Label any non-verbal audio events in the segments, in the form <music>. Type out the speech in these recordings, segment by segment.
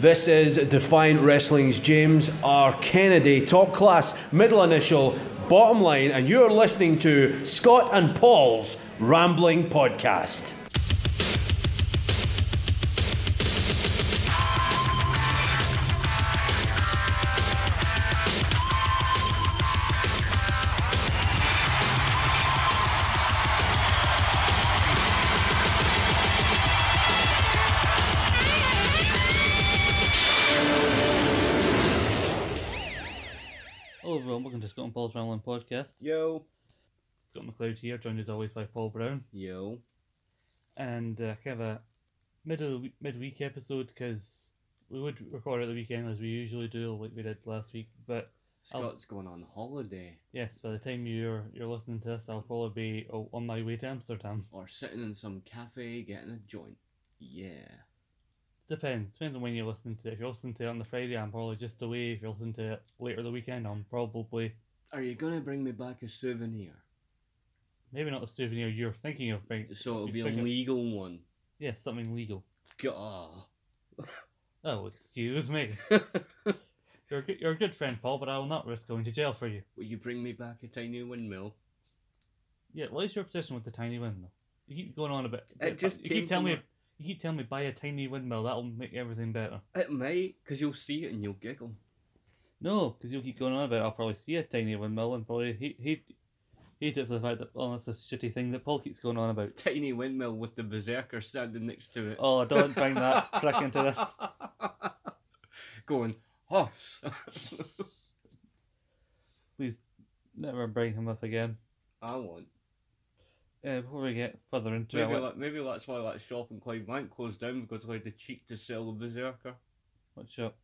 This is Defiant Wrestling's James R. Kennedy, top class, middle initial, bottom line, and you're listening to Scott and Paul's Rambling Podcast. Hello everyone, welcome to Scott and Paul's Rambling Podcast. Yo. Scott McLeod here, joined as always by Paul Brown. Yo. And uh, kind of a middle of the week, midweek episode because we would record at the weekend as we usually do, like we did last week. But Scott's going on holiday yes, by the time you're you're listening to this, I'll probably be o- on my way to Amsterdam. or sitting in some cafe getting a joint. Yeah. Depends, depends on when you're listening to it. If you're listening to it on the Friday, I'm probably just away. If you're listening to it later the weekend, I'm probably Are you going to bring me back a souvenir? maybe not the souvenir you're thinking of, but So it'll You be a figure- legal one. yeah, something legal. Gah. Oh, excuse <laughs> me. Will You're a good, you're a good friend, Paul, but I will not risk going to jail for you. you bring me back a tiny windmill? Yeah, what is your position with the tiny windmill? You keep going on a bit. It just you came keep telling to me my- you keep telling me buy a tiny windmill. That'll make everything better. It may, because you'll see it and you'll giggle. No, because you'll keep going on about. it. I'll probably see a tiny windmill and probably he he hate it for the fact that oh that's a shitty thing that Paul keeps going on about. Tiny windmill with the berserker standing next to it. Oh, don't bring <laughs> that trick into this. going, oh. Please never bring him up again. <laughs> I won't. Uh, before we get further into Maybe, it, what, that, maybe that's why that shop in Clydebank closed down because they had the cheek to sell the berserker. what's up?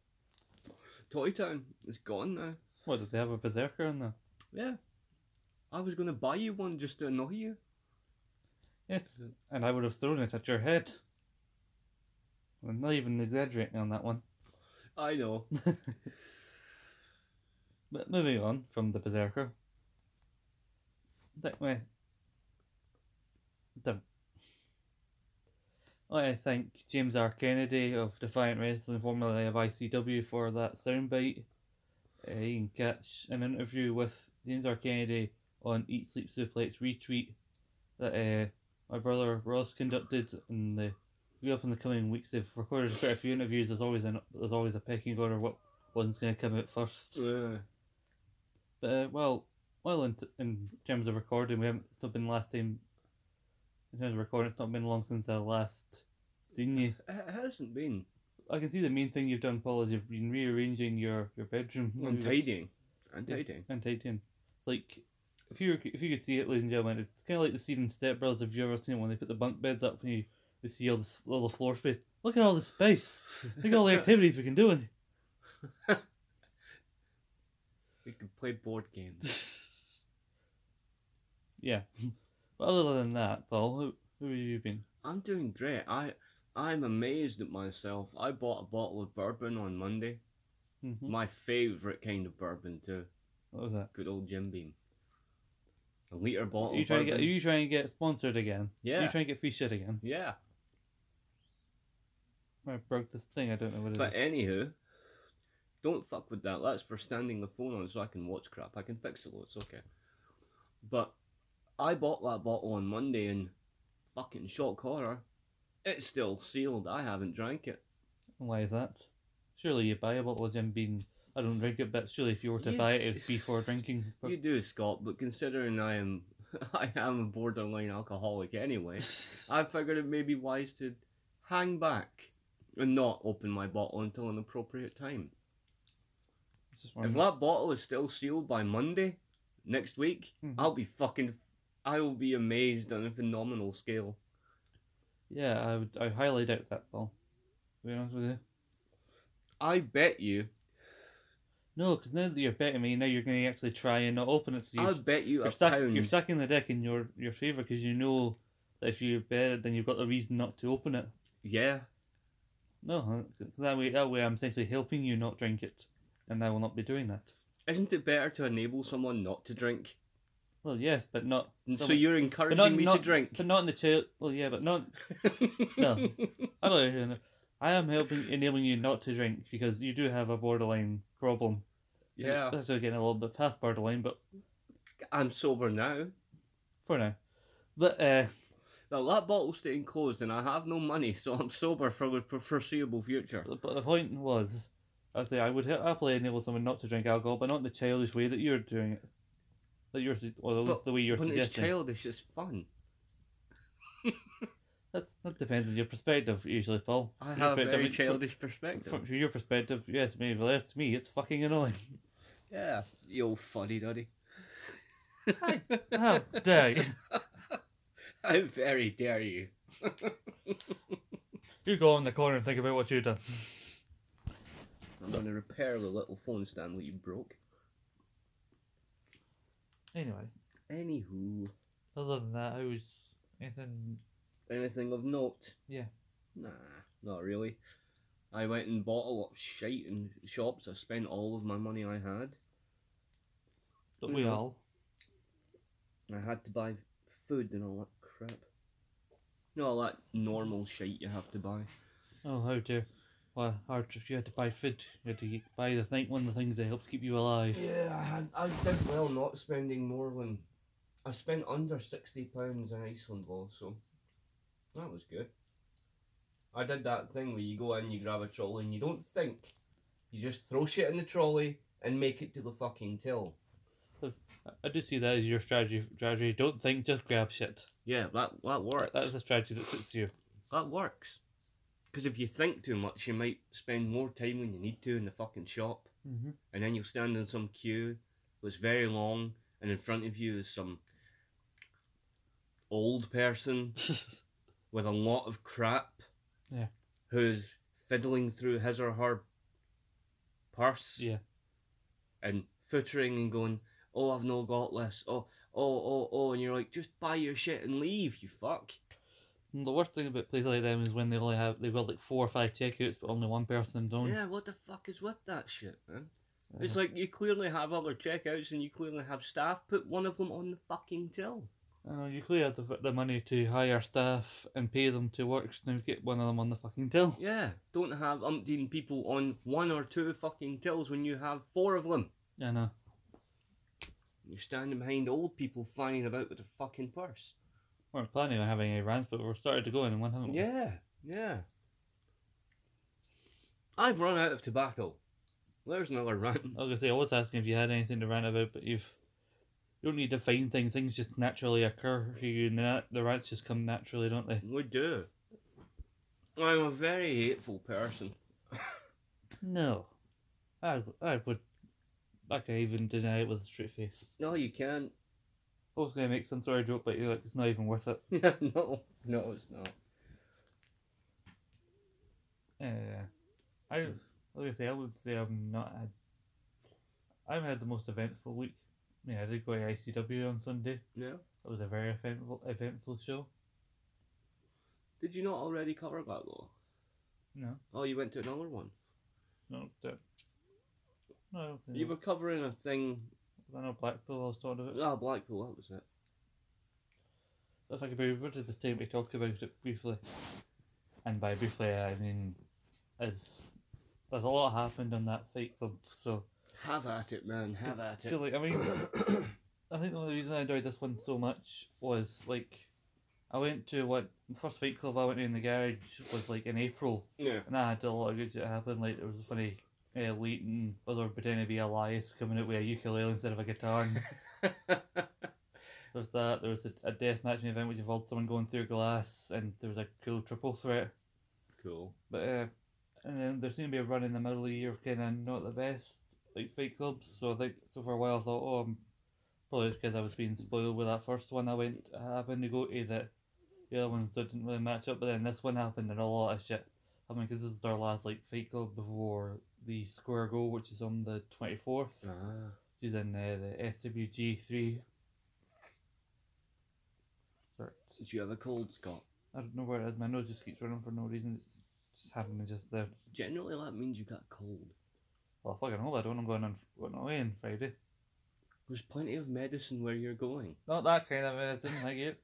Toy Town is gone now. What did they have a berserker in there? Yeah. I was going to buy you one just to annoy you. Yes, and I would have thrown it at your head. I'm not even exaggerating on that one. I <laughs> know. But moving on from the Berserker. That way. Done. I thank James R. Kennedy of Defiant Wrestling, formerly of ICW, for that soundbite. Uh, you can catch an interview with James R. Kennedy on Eat Sleep Suplex retweet that uh, my brother Ross conducted in the we up in the coming weeks. They've recorded quite a few interviews. There's always an there's always a pecking order. What one's going to come out first? Yeah. But uh, well, well, in, t- in terms of recording, we haven't. It's not been last time. In terms of recording, it's not been long since I last seen you. It hasn't been. I can see the main thing you've done, Paul, is you've been rearranging your your bedroom I'm tidying. I'm Yeah. <laughs> tidying. And tidying. It's like if you were, if you could see it, ladies and gentlemen, it's kind of like the scene in Step Brothers. If you ever seen it when they put the bunk beds up and you, you see all this all the floor space. Look at all this space. <laughs> Look at all the activities we can do. in we could play board games. here. <laughs> yeah. <laughs> But other than that, Paul, who, who have you been? <laughs> I'm doing great. I, I'm amazed at myself. I bought a bottle of bourbon on Monday. Mm-hmm. My favourite kind of bourbon, too. What was that? Good old Jim Beam. A litre bottle Are you of trying bourbon. to get? Are you trying to get sponsored again? Are Yeah. you trying to get free shit again? Yeah. I broke this thing. I don't know what it is. But anywho, don't fuck with that. That's for standing the phone on so I can watch crap. I can fix it. though, It's okay. But I bought that bottle on Monday and fucking shock horror. It's still sealed. I haven't drank it. Why is that? Surely you buy a bottle of Jim Beam. I don't drink it, but surely if you were to You- buy it, it was before drinking. <laughs> But- <laughs> You do, Scott. But considering I am, <laughs> I am a borderline alcoholic anyway. I figured it may be wise to hang back and not open my bottle until an appropriate time. Just If wondering. that bottle is still sealed by Monday next week, Mhm. I'll be fucking. I will be amazed on a phenomenal scale. yeah, I would. I highly doubt that, Paul. To be honest with you. I bet you. No, because now that you're betting me, now you're going to actually try and not open it. So I you've, bet you a you're, stack, pound. you're stacking the deck in your your favour because you know that if you bet it, then you've got the reason not to open it. yeah. No, uh, that way that way I'm essentially helping you not drink it, and I will not be doing that. Isn't it better to enable someone not to drink? Well, yes, but not. And so but you're <laughs> encouraging me to drink. <laughs> But not in the chill. Well, yeah, but not. no. I don't even know. I am helping enabling you not to drink because you do have a borderline problem. Yeah, That's still getting a little bit past borderline, but I'm sober now. for now. But uh, Now that bottle's staying closed, and I have no money, so I'm sober for the for foreseeable future. but but the point was, I say I would he- happily enable someone not to drink alcohol, but not in the childish way that you're doing it. That you're, su- or at least But the way you're when it's suggesting. childish, it's fun. That's that depends on your perspective, usually, Paul. I Your have a perspective- very from- childish From, perspective. from your perspective, yes, maybe. but that's- to me, it's fucking annoying. <laughs> Yeah, you old fuddy duddy. <laughs> How dare you? <laughs> How very dare you? You go in the corner and think about what you've done. I'm going to repair the little phone stand that you broke. Anyway, Anywho, other than that, I was anything. anything of note? Yeah. Nah, not really. I went and bought a lot of shite in shops. I spent all of my money I had. But we Mhm. all. I had to buy food and all that crap. You know, all that normal shite you have to buy. Oh, how dear. Well, hard if you had to buy food, you had to eat- buy the thing, one of the things that helps keep you alive. Yeah, I, had, I did well not spending more than. I spent under sixty pounds in Iceland while so that was good. I did that thing where you go in, you grab a trolley, and you don't think, you just throw shit in the trolley and make it to the fucking till. I- I do see that as your strategy. Strategy. Don't think, just grab shit. Yeah, that that works. That's a strategy that suits you. That works. Because if you think too much, you might spend more time than you need to in the fucking shop. Mm-hmm. and then you'll stand in some queue that's very long, and in front of you is some old person Mm-hmm. <laughs> with a lot of crap Yeah. who's fiddling through his or her purse yeah. and footering and going, Oh, I've no got this. Oh, oh, oh, oh. And you're like, Just buy your shit and leave, you fuck. And the worst thing about places like them is when they only have they've got like four or five checkouts, but only one person don't. Yeah, what the fuck is with that shit, man? It's like you clearly have other checkouts and you clearly have staff. Put one of them on the fucking till. I know you clearly have the, the money to hire staff and pay them to work, so now get one of them on the fucking till. Yeah, don't have umpteen people on one or two fucking tills when you have four of them. Yeah, no. You're standing behind old people fanning about with a fucking purse. We weren't planning on having any rants, but we're started to go in one, haven't we? Yeah, yeah. I've run out of tobacco. There's another run. <laughs> I was gonna say I was asking if you had anything to rant about, but you've you don't need to find things. Things just naturally occur to you, and the, the rants just come naturally, don't they? We do. I'm a very hateful person. No, I I would. I can even deny it with a straight face. No, you can't. <laughs> I was gonna make some sort of joke, but you're like, it's not even worth it. Yeah, no, no, it's not. Uh, I like I say, I would say I've not had. I've had the most eventful week. I mean, I did go to ICW on Sunday. No. It was a very eventful, eventful show. Did you not already cover that though? No, Oh, you went to another one. no, that, no. I don't think You were covering a thing. I know Blackpool. I was talking about. Ah, Blackpool, that was it. If I could be remembered the time we talked about it briefly, and by briefly I mean, as there's a lot happened on that Fight Club. So Have at it, man. Have at I feel it. like I mean, I think the only reason I enjoyed this one so much was like, I went to what the first Fight Club I went to in the garage was like in April, Yeah. and I had a lot of good shit happen. Like there was a funny. Uh, Leighton, other pretending to be Elias, coming out with a ukulele instead of a guitar. And There was that. There was a, a death matching event which involved someone going through glass, and there was a cool triple threat. cool. But uh, and then there seemed to be a run in the middle of the year, kind of not the best, like fight clubs. So I think so for a while I thought, oh, I'm probably because I was being spoiled with that first one I went I happened to go to that the other ones that didn't really match up. But then this one happened and a lot of shit. I mean, because this is their last like fight club before the Square Go, which is on the twenty fourth. Ah. She's in uh, the SWG three. Sorry. Did you have a cold, Scott? I don't know where it is. My nose just keeps running for no reason. It's just happening just there. Generally, that means you got cold. Well, I fucking hope I don't. I'm going on going away on Friday. There's plenty of medicine where you're going. Not that kind of uh, medicine, I get.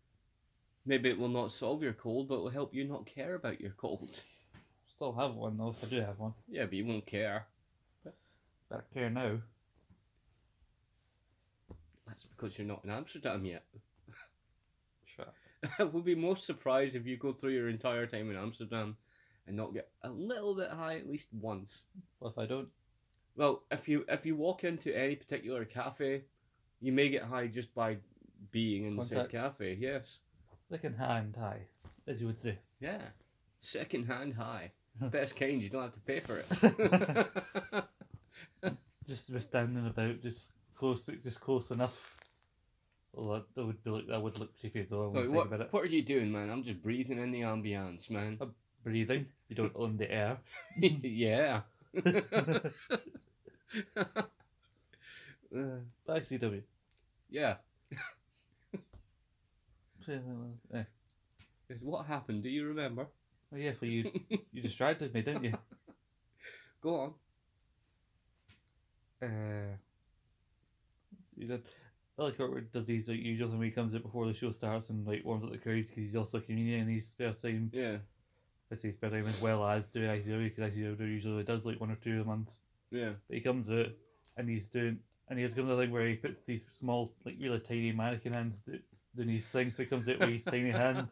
Maybe it will not solve your cold, <laughs> but it will help you not care about your cold. It's still have one though. If I do have one, Yeah, but you won't care. better care now. That's because you're not in Amsterdam yet. <laughs> Shut up. I would be most surprised if you go through your entire time in Amsterdam and not get a little bit high at least once. Well, if I don't, Well, if you if you walk into any particular cafe, you may get high just by being in Contact. the said cafe. Yes. second hand high, as you would say. Yeah. Second hand high. Best kind. You don't have to pay <laughs> for it. Just to be standing about, just close, just close enough. Well, that, that would be like that would look creepy though. When Like, you think about what, it, what are you doing, man? I'm just breathing in the ambience, man. breathing. You don't own the air. <laughs> <laughs> yeah. Uh, But ICW. yeah. Eh. What happened? Do you remember? Well, oh, yeah, well, <laughs> you you distracted me, didn't you? Go on. Uh, you did. I like Robert does these like usual thing where he comes out before the show starts and like warms up the crowd because he's also a comedian in his spare time. Yeah. I say spare time as well as doing ICW because ICW usually does like one or two a month. Yeah. <laughs> But he comes out and he's doing and he's got another thing where he puts these small like really tiny mannequin hands do- doing his thing so he comes out with his tiny hand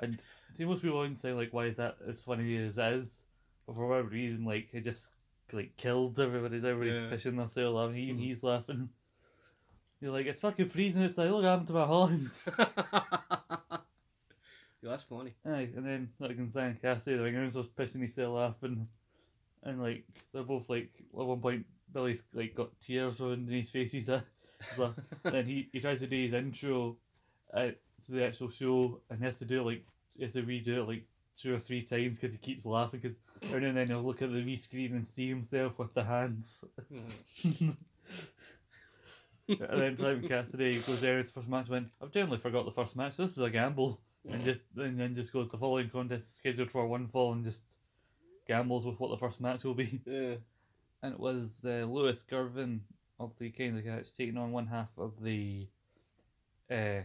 and see most people wouldn't say like why is that as funny as it is but for whatever reason like it just like killed everybody everybody's Yeah. pissing themselves laughing even Mhm. he's laughing you're like it's fucking freezing outside look what happened to my hands Dude, <laughs> that's funny. Aye, and then like in San Cassidy, the ring was pissing himself off, and and like they're both like at one point Billy's like got tears on his face. He's a, he's a- then he he tries to do his intro, uh, to the actual show, and he has to do it like he has to redo it like two or three times because he keeps laughing because every now and then he'll look at the wee screen and see himself with the hands. and then Simon Cassidy goes there, his first match went, I've generally forgot the first match, so this is a gamble. And just and then just goes the following contest is scheduled for one fall and just gambles with what the first match will be. yeah. And it was uh, Lewis Garvin of the Kings of Cats taking on one half of the uh,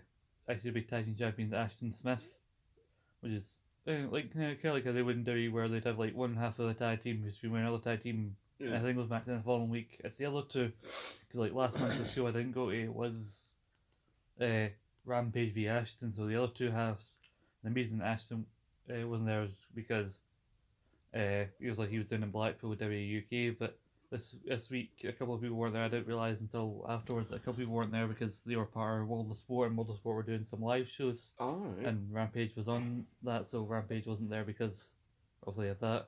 ICW Tag Team Champions Ashton Smith, which is uh, like you know, kind of like how they would in WWE where they'd have like one half of the tag team who's been another tag team I Yeah. think it was back then the following week. It's the other two. Because, like, last month's show I didn't go to was uh, Rampage v Ashton. So the other two halves, the reason Ashton uh, wasn't there was because uh, he was like he was down in Blackpool with WWE UK. But this this week, a couple of people weren't there. I didn't realise until afterwards that a couple of people weren't there because they were part of World of Sport and World of Sport were doing some live shows. Alright. And Rampage was on that, so Rampage wasn't there because obviously of that.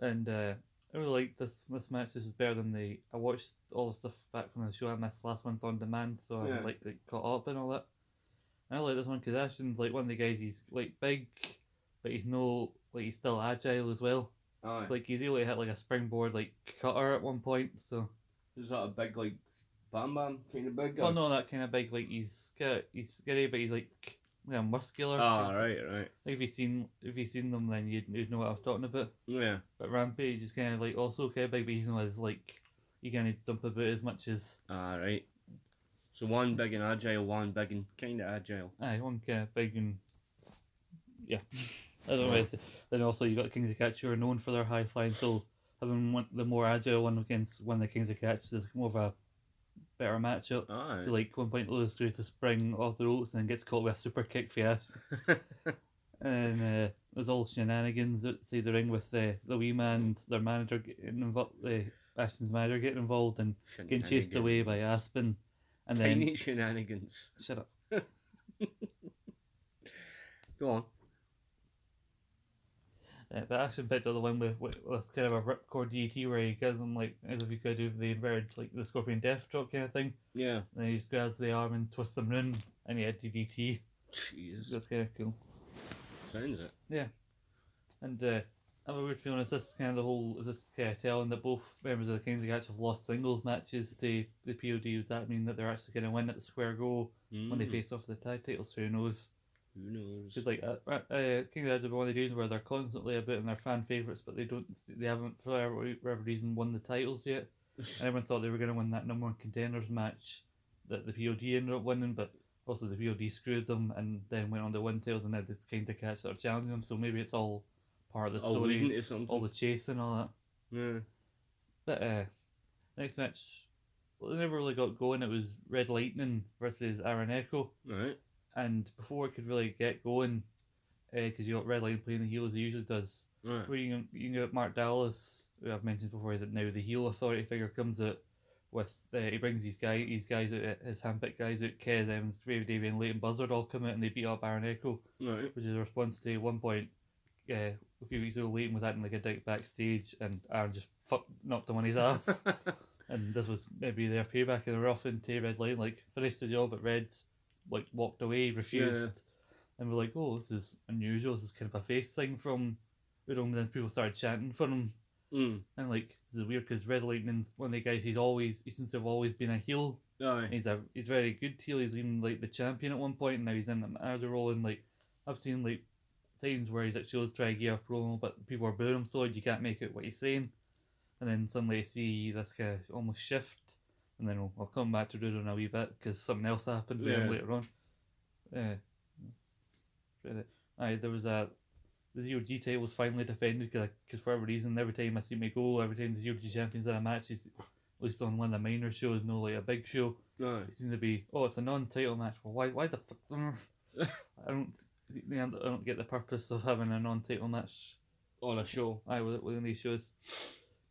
And uh, I really like this this match. This is better than the. I watched all the stuff back from the show I missed last month on demand, so Yeah. I'm like, like caught up and all that. And I like this one because Ashton's like one of the guys. He's like big, but he's no like he's still agile as well. Alright. Like he's able to hit like a springboard like cutter at one point. So Is that a big, like, bam bam kind of big guy? well, no, that kind of big like he's sca- he's scary, but he's like yeah, muscular. Ah, right, right. Like if you seen if you seen them, then you'd, you'd know what I was talking about. Yeah. But Rampage is kind of like also okay, big, but he's not as like you kind of dump about as much as Alright. So one big and agile, one big and kind of agile. aye one kind of big and yeah. I don't know. what to say. Then also you got Kings of Catch who are known for their high flying, so having one the more agile one against one of the Kings of Catch is more of a better matchup. Alright. Like one point Lewis goes to spring off the ropes and then gets caught with a super kick for us. and uh, there's all shenanigans outside the ring with the the wee man, and their manager getting involved, the Ashton's manager getting involved and getting chased away by Aspen, and then Tiny shenanigans. shut up. Go on. Uh, but Ashton picked up the one with, with, with kind of a ripcord DT where he gives him like as if he could do the inverted like the Scorpion Death Drop kind of thing, Yeah. and then he just grabs the arm and twists him round, and he had the DDT. Jesus. That's kind of cool. Sounds it. And uh, I have a weird feeling is this kind of the whole is this kind of telling that both members of the Kings of Catch have lost singles matches to the POD? Does that mean that they're actually going to win at the square go when they Mm, face off for the tag titles? Who knows? Who knows? Because like uh, uh, uh, Kings of Catch are one of the dudes where they're constantly about in their fan favorites, but they don't they haven't for whatever whatever reason won the titles yet. And everyone thought they were going to win that number one contenders match that the POD ended up winning, but also the VOD screwed them and then went on to win tails and now the kind of catch that are challenging them. So maybe it's all part of the alluding story, to something. all the chasing, all that. yeah. But uh, next match, well, they never really got going. It was Red Lightning versus Aaron Echo, All right. and before it could really get going, because you got Red Lightning playing the heel as he usually does. All right. Where you can, you can get Mark Dallas, who I've mentioned before, is it now the heel authority figure comes out with uh, he brings these guy these guys out uh, his handpicked guys out Kez Evans, Ravy Davy, and Leighton Buzzard all come out and they beat up Aaron Echo, All right. <laughs> which is a response to one point. Uh, a few weeks ago, Leighton was acting like a dick backstage, and Aaron just fuck knocked him on his <laughs> ass. and this was maybe their payback, and they were off into Red Lane, like finished the job, but Red like walked away, refused, and we're like, oh, this is unusual. This is kind of a face thing from Udom. And then people started chanting for him, mm. and like this is weird because Red Lightning's one of the guys. He's always he seems to have always been a heel. Aye. He's a he's very good heel. He's even like the champion at one point, and now he's in the manager role. And like I've seen like times where he's at shows trying to give a promo, but people are booing him so hard you can't make out what he's saying. And then suddenly I see this kind of almost shift, and then we'll, I'll come back to Rudo in a wee bit because something else happened with him Yeah. later on. Uh, right, aye, there was a the ZOG title was finally defended because for every reason, every time I see me go, every time the ZOG champions in a match, he's at least on one of the minor shows, no like a big show. Aye. It seems to be, oh, it's a non-title match. Well, why, why the fuck? mm. <laughs> I don't, I don't- I don't get the purpose of having a non-title match. On a show. I with within these shows,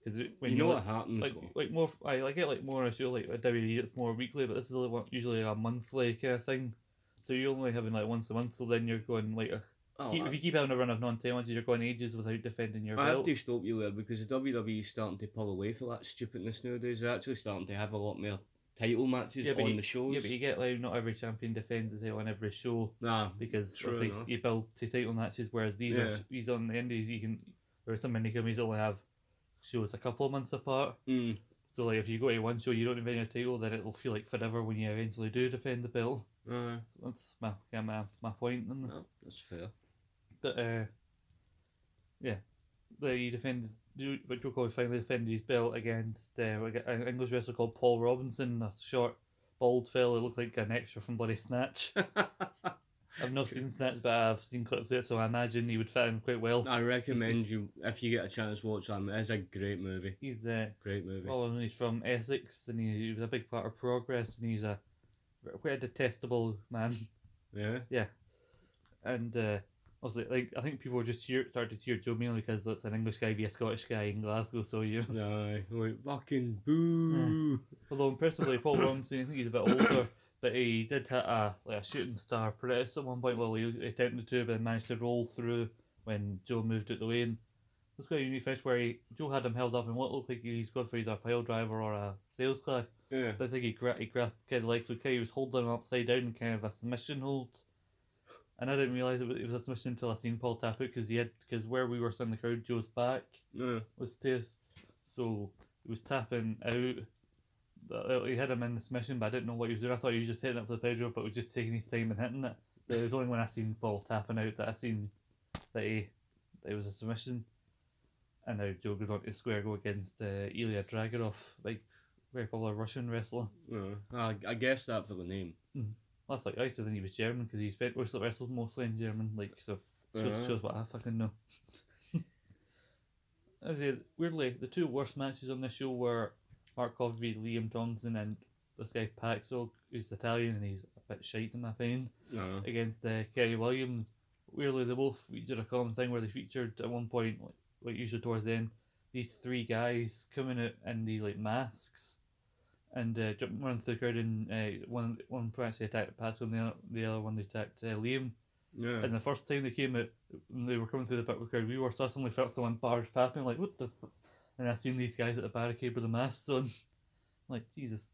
because when you know look- what happens. like, though? like more, I like get like more on a show like a WWE. It's more weekly, but this is like one- usually a monthly kind of thing. So you're only having like once a month. So then you're going like, a, Oh, keep, I- if you keep having a run of non-title matches, you're going ages without defending your I have belt. to stop you there because the WWE is starting to pull away from that stupidness nowadays. They're actually starting to have a lot more title matches Yeah, but on you- Yeah, the shows. but you get like not every champion defends the title on every show. nah, because True obviously enough. you build two title matches, whereas these are Yeah. these on the indies you can there are some indie companies that only have shows a couple of months apart. mm, So like if you go to one show you don't defend your title, then it'll feel like forever when you eventually do defend the belt. aye. So that's my yeah, my, my point. And No, that's fair. but uh, yeah, there he defended. Joe but Joe Coy finally defended his belt against uh, an English wrestler called Paul Robinson, a short, bald fellow who looked like an extra from Bloody Snatch. I've not seen Snatch, but I've seen clips of it, so I imagine he would fit in quite well. I recommend you if you get a chance watch that. It's a great movie. He's uh, Great movie. well, I mean, he's from Essex, and he, he was a big part of Progress, and he's a quite a detestable man. yeah. And uh, obviously, like I think people were just cheer, started to cheer Joe mainly because that's an English guy via a Scottish guy in Glasgow, so you. No, wait, fucking boo. Although impressively, Paul Robinson, I think he's a bit older, but he did hit a like a shooting star press at one point. Well, he attempted to, but managed to roll through when Joe moved out the way. And it was quite a unique finish where he, Joe had him held up in what looked like he's going for either a pile driver or a sales clerk. Yeah. But I think he, gra- he grasped kind of like so. Kind of was holding him upside down in kind of a submission hold. And I didn't realise it was it was a submission until I seen Paul tap it because he had because where we were sitting in the crowd, Joe's back No. was this. So he was tapping out. But uh, He had him in the submission, but I didn't know what he was doing. I thought he was just hitting up the Pedro, but was just taking his time and hitting it. But it was only when I seen Paul tapping out that I seen that he that it was a submission. And now Joe goes on to square go against uh, Ilya Dragunov, like very popular Russian wrestler. No. I, I guess that for the name. Well, that's like I used to think he was German because he spent wrestled, wrestled mostly in German, like so. Shows, Uh-huh. shows what I fucking know. <laughs> I say, weirdly, the two worst matches on this show were Markov v Liam Johnson and this guy Paxo, who's Italian and he's a bit shite in my opinion, No. against uh, Kerry Williams. Weirdly, they both featured a common thing where they featured at one point, like, like usually towards the end, these three guys coming out in these like masks. And uh, jumping running through the crowd, and uh, one one actually attacked Paxo, and the other, the other one they attacked uh, Liam. No. And the first time they came out, when they were coming through the pit with crowd, we were so I suddenly felt someone barge past me, like, what the f-? And I seen these guys at the barricade with the masks on. <laughs> like, Jesus.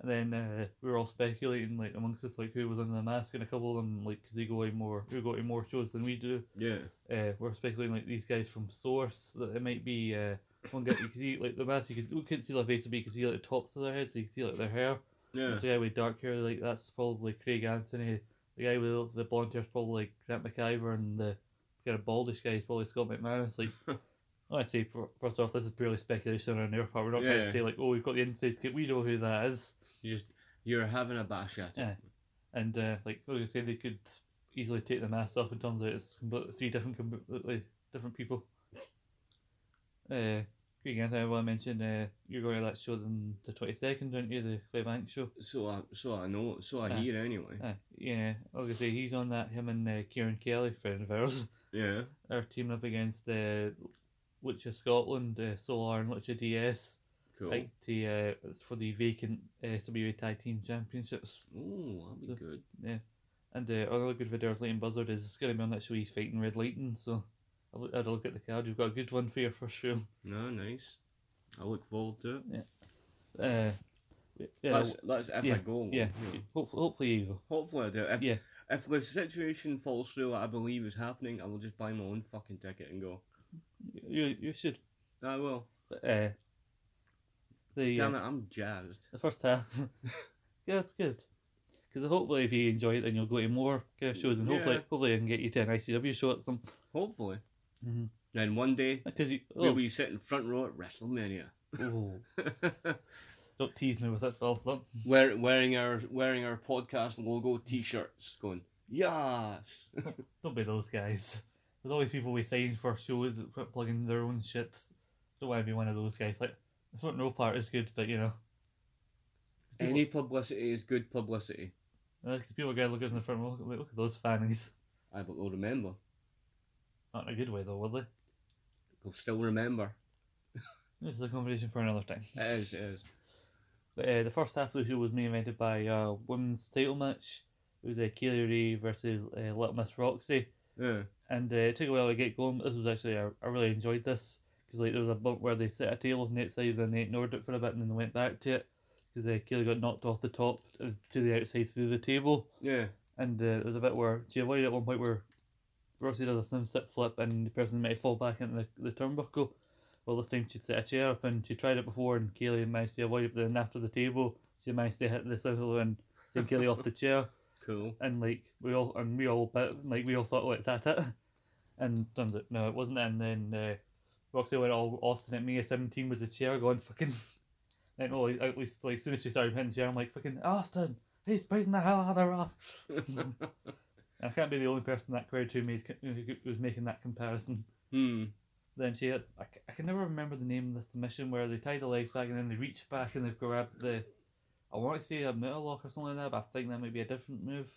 And then uh, we were all speculating, like, amongst us, like, who was under the mask, and a couple of them, like, 'cause they go to more, who go to more shows than we do. Yeah. Uh, we're speculating, like, these guys from Source, that it might be uh, one guy, you could see, like, the mask, you could, we couldn't see their face, but you could see, like, the tops of their heads, so you could see, like, their hair. Yeah. There's a guy with dark hair, like that's probably Craig Anthony. The guy with the blonde hair is probably like Grant McIver, and the kind of baldish guy is probably Scott McManus. <laughs> Like, like I say, fir- first off, this is purely speculation on our part. We're not trying Yeah. to say like, oh, we've got the inside scoop. We know who that is, You just you're having a bash at it. Yeah. and uh, like like I say, they could easily take the mask off and turns out it's completely three different, completely different people. Uh, Greg Anthony, I want to mention uh, you're going to that show on the 22nd, aren't you? The Claybank show. So I so I know so I Aye. hear anyway. Uh, yeah, like I say, he's on that. Him and uh, Kieran Kelly, friend of ours, <laughs> Yeah. are teaming up against uh, Lucha Scotland, uh, Solar, and Lucha DS. Cool. Right, the uh, it's for the vacant uh, SWA Tag Team Championships. Oh, that'd be So- good. And uh, another good video of Leighton Buzzard is going to be on that show. He's fighting Red Leighton, so I will had a look at the card. You've got a good one for your first show. No, nice. I look forward to it. Uh, yeah, That's that's if I yeah, go. yeah. you know. Hopefully, hopefully you go. Hopefully I do. If, Yeah. If the situation falls through that I believe is happening, I will just buy my own fucking ticket and go. You you should. I will. But, uh, the uh, Damn it, I'm jazzed. the first half. <laughs> yeah, that's good. Because hopefully, if you enjoy it, then you'll go to more kind of shows, and hopefully, Yeah. hopefully, I can get you to an ICW show at some. Hopefully. Mhm. Then one day Because you, we oh, will be sitting front row at WrestleMania. <laughs> oh, don't tease me with that, Phil. Don't. Wear, wearing our wearing our podcast logo t shirts going. Yes. <laughs> Don't be those guys. There's always people we sign for shows that quit plugging their own shit. Don't want to be one of those guys. Like the front row part is good, but you know, Any publicity is good publicity. because uh, people are gonna look at us in the front row. Look, look at those fannies. I but will remember. Not in a good way though, would they? They'll still remember. This is a conversation for another time. It is, it is. But uh, the first half of the show was main evented by a women's title match. It was uh, Kaylee Ray versus uh, Little Miss Roxy. Yeah. and uh, it took a while to get going. But this was actually uh, I, I really enjoyed this because like there was a bump where they set a tail on the outside and they ignored it for a bit and then they went back to it because uh, Keely got knocked off the top of- to the outside through the table Yeah. and uh, there was a bit where she avoided at one point where Roxy does a sunset flip and the person might fall back into the, the turnbuckle. Well, this time she'd set a chair up and she tried it before and Kaylee managed to avoid it, but then after the table she managed to hit the sunset and send Kaylee off the chair Cool. and like we all and we all bit like we all thought, oh, it's at it, and turns out no, it wasn't. And then uh, Roxy went all Austin at me at seventeen with the chair going fucking. And well, at least like as soon as she started hitting the chair, I'm like fucking Austin, he's beating the hell out of her up. and I can't be the only person in that crowd who made who was making that comparison. Hmm. Then she hits. I, c- I can never remember the name of the submission where they tie the legs back and then they reach back and they've grabbed the. I want to say a metal lock or something like that, but I think that might be a different move.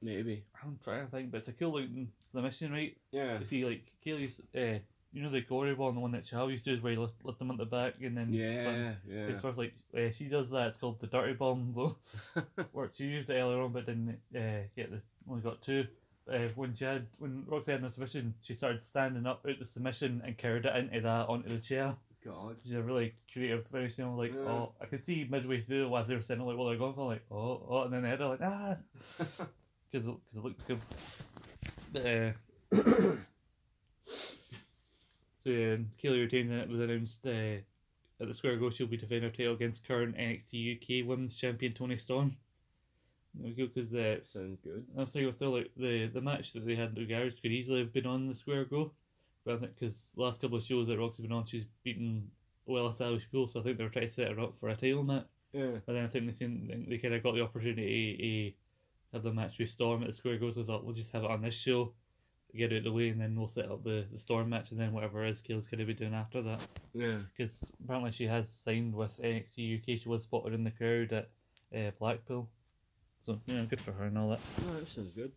Maybe. I'm trying to think, but it's a cool looking submission, right? Yeah. You see, like Kaylee's, uh, you know, the gory one, the one that Chow used to do is where you lift, lift them at the back and then Yeah. flip. Yeah. It's sort of like uh, she does that. It's called the dirty bomb, <laughs> though. Where she used it earlier on, but didn't uh, get the only got two. Uh, when she had when Roxy had the submission, she started standing up out the submission and carried it into that onto the chair. God. Which is a really creative finish. You know, like Yeah. oh, I could see midway through while they were saying like, "Well, they're going for?" Like, oh, oh, and then they're like, ah, because it looked good. Uh, <coughs> so yeah, Keely retains and it was announced uh, at the Square Go she'll be defending her title against current NXT UK Women's Champion Tony Storm. Because uh, Sounds good. I was thinking still like the the match that they had in the garage could easily have been on the Square Go, but I think because last couple of shows that Roxy's been on, she's beaten well established people, so I think they were trying to set her up for a title match. Yeah. But then I think they seen, they kind of got the opportunity to have the match with Storm at the Square Go, so I thought we'll just have it on this show, get it out of the way, and then we'll set up the, the Storm match, and then whatever it is Kayla's going to be doing after that. Yeah. Because apparently she has signed with NXT UK, she was spotted in the crowd at uh, Blackpool. So, you know, good for her and all that. Oh, that sounds <laughs> good.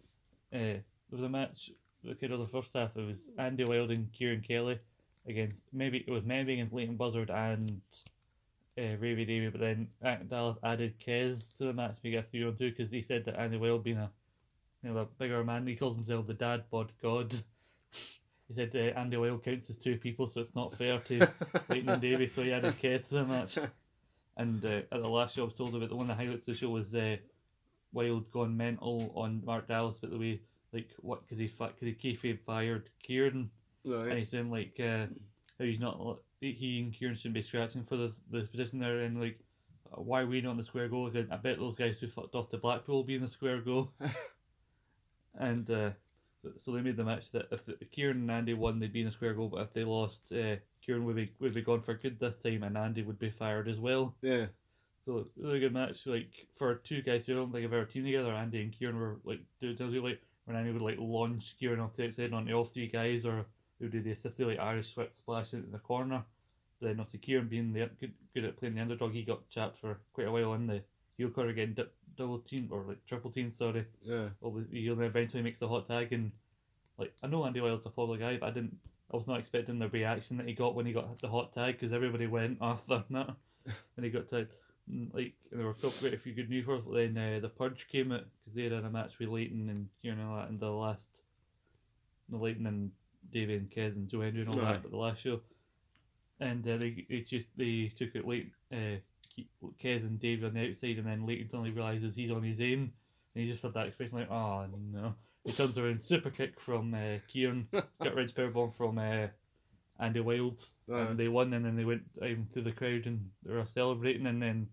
Uh, there was a match that came out of the first half. It was Andy Wild and Kieran Kelly against maybe it was maybe against Leighton Buzzard and uh, Ravy Davy, but then uh, Dallas added Kez to the match to get three on two because he said that Andy Wild being a you know a bigger man, he calls himself the dad bod god. <laughs> He said uh, Andy Wild counts as two people, so it's not fair to Leighton and Davy, so he added Kez to the match. And uh, at the last show, I was told about the one of the highlights of the show was uh, Wild gone mental on Mark Dallas about the way, like, what, because he, because he kayfabe fired Kieran. And <laughs> Right. he's saying, like, uh, how he's not, al- he- he and Kieran shouldn't be scratching for the, the position they're in. Like, why are we not in the square goal? Like, I bet those guys who fucked off to Blackpool will be in the square goal. and uh, so they made the match that if Kieran and Andy won, they'd be in a square goal, but if they lost, uh, Kieran would be, would be gone for good this time and Andy would be fired as well. Yeah. So it was a really good match. Like for two guys who I don't think have ever teamed together, Andy and Kieran were like do do- do, like when Andy would like launch Kieran off the outside onto all three guys or they would do the assisted like Irish sweat splash into the corner. Then obviously Kieran being the, good, good at playing the underdog, he got chapped for quite a while in the Yokor again d- double team or like triple team, sorry. Yeah. Well, he only eventually makes the hot tag and like I know Andy Wilde's a popular guy, but I didn't. I was not expecting the reaction that he got when he got the hot tag because everybody went <laughs> after that, and he got tagged. And, Like and there were still quite a few good news for us. But then uh, the Purge came out because they had a match with Leighton and you know that and the last, no Leighton and Davey and Kez and Joe Henry and all Aye. that, but the last show, and uh, they they just they took it late. Uh, keep- Kez and Davey on the outside, and then Leighton suddenly realizes he's on his own. And he just had that expression like, oh no. He turns around, super kick from uh, Kieran, gut wrench powerbomb from uh, Andy Wild, Aye. and they won. And then they went um, through the crowd and they were celebrating. And then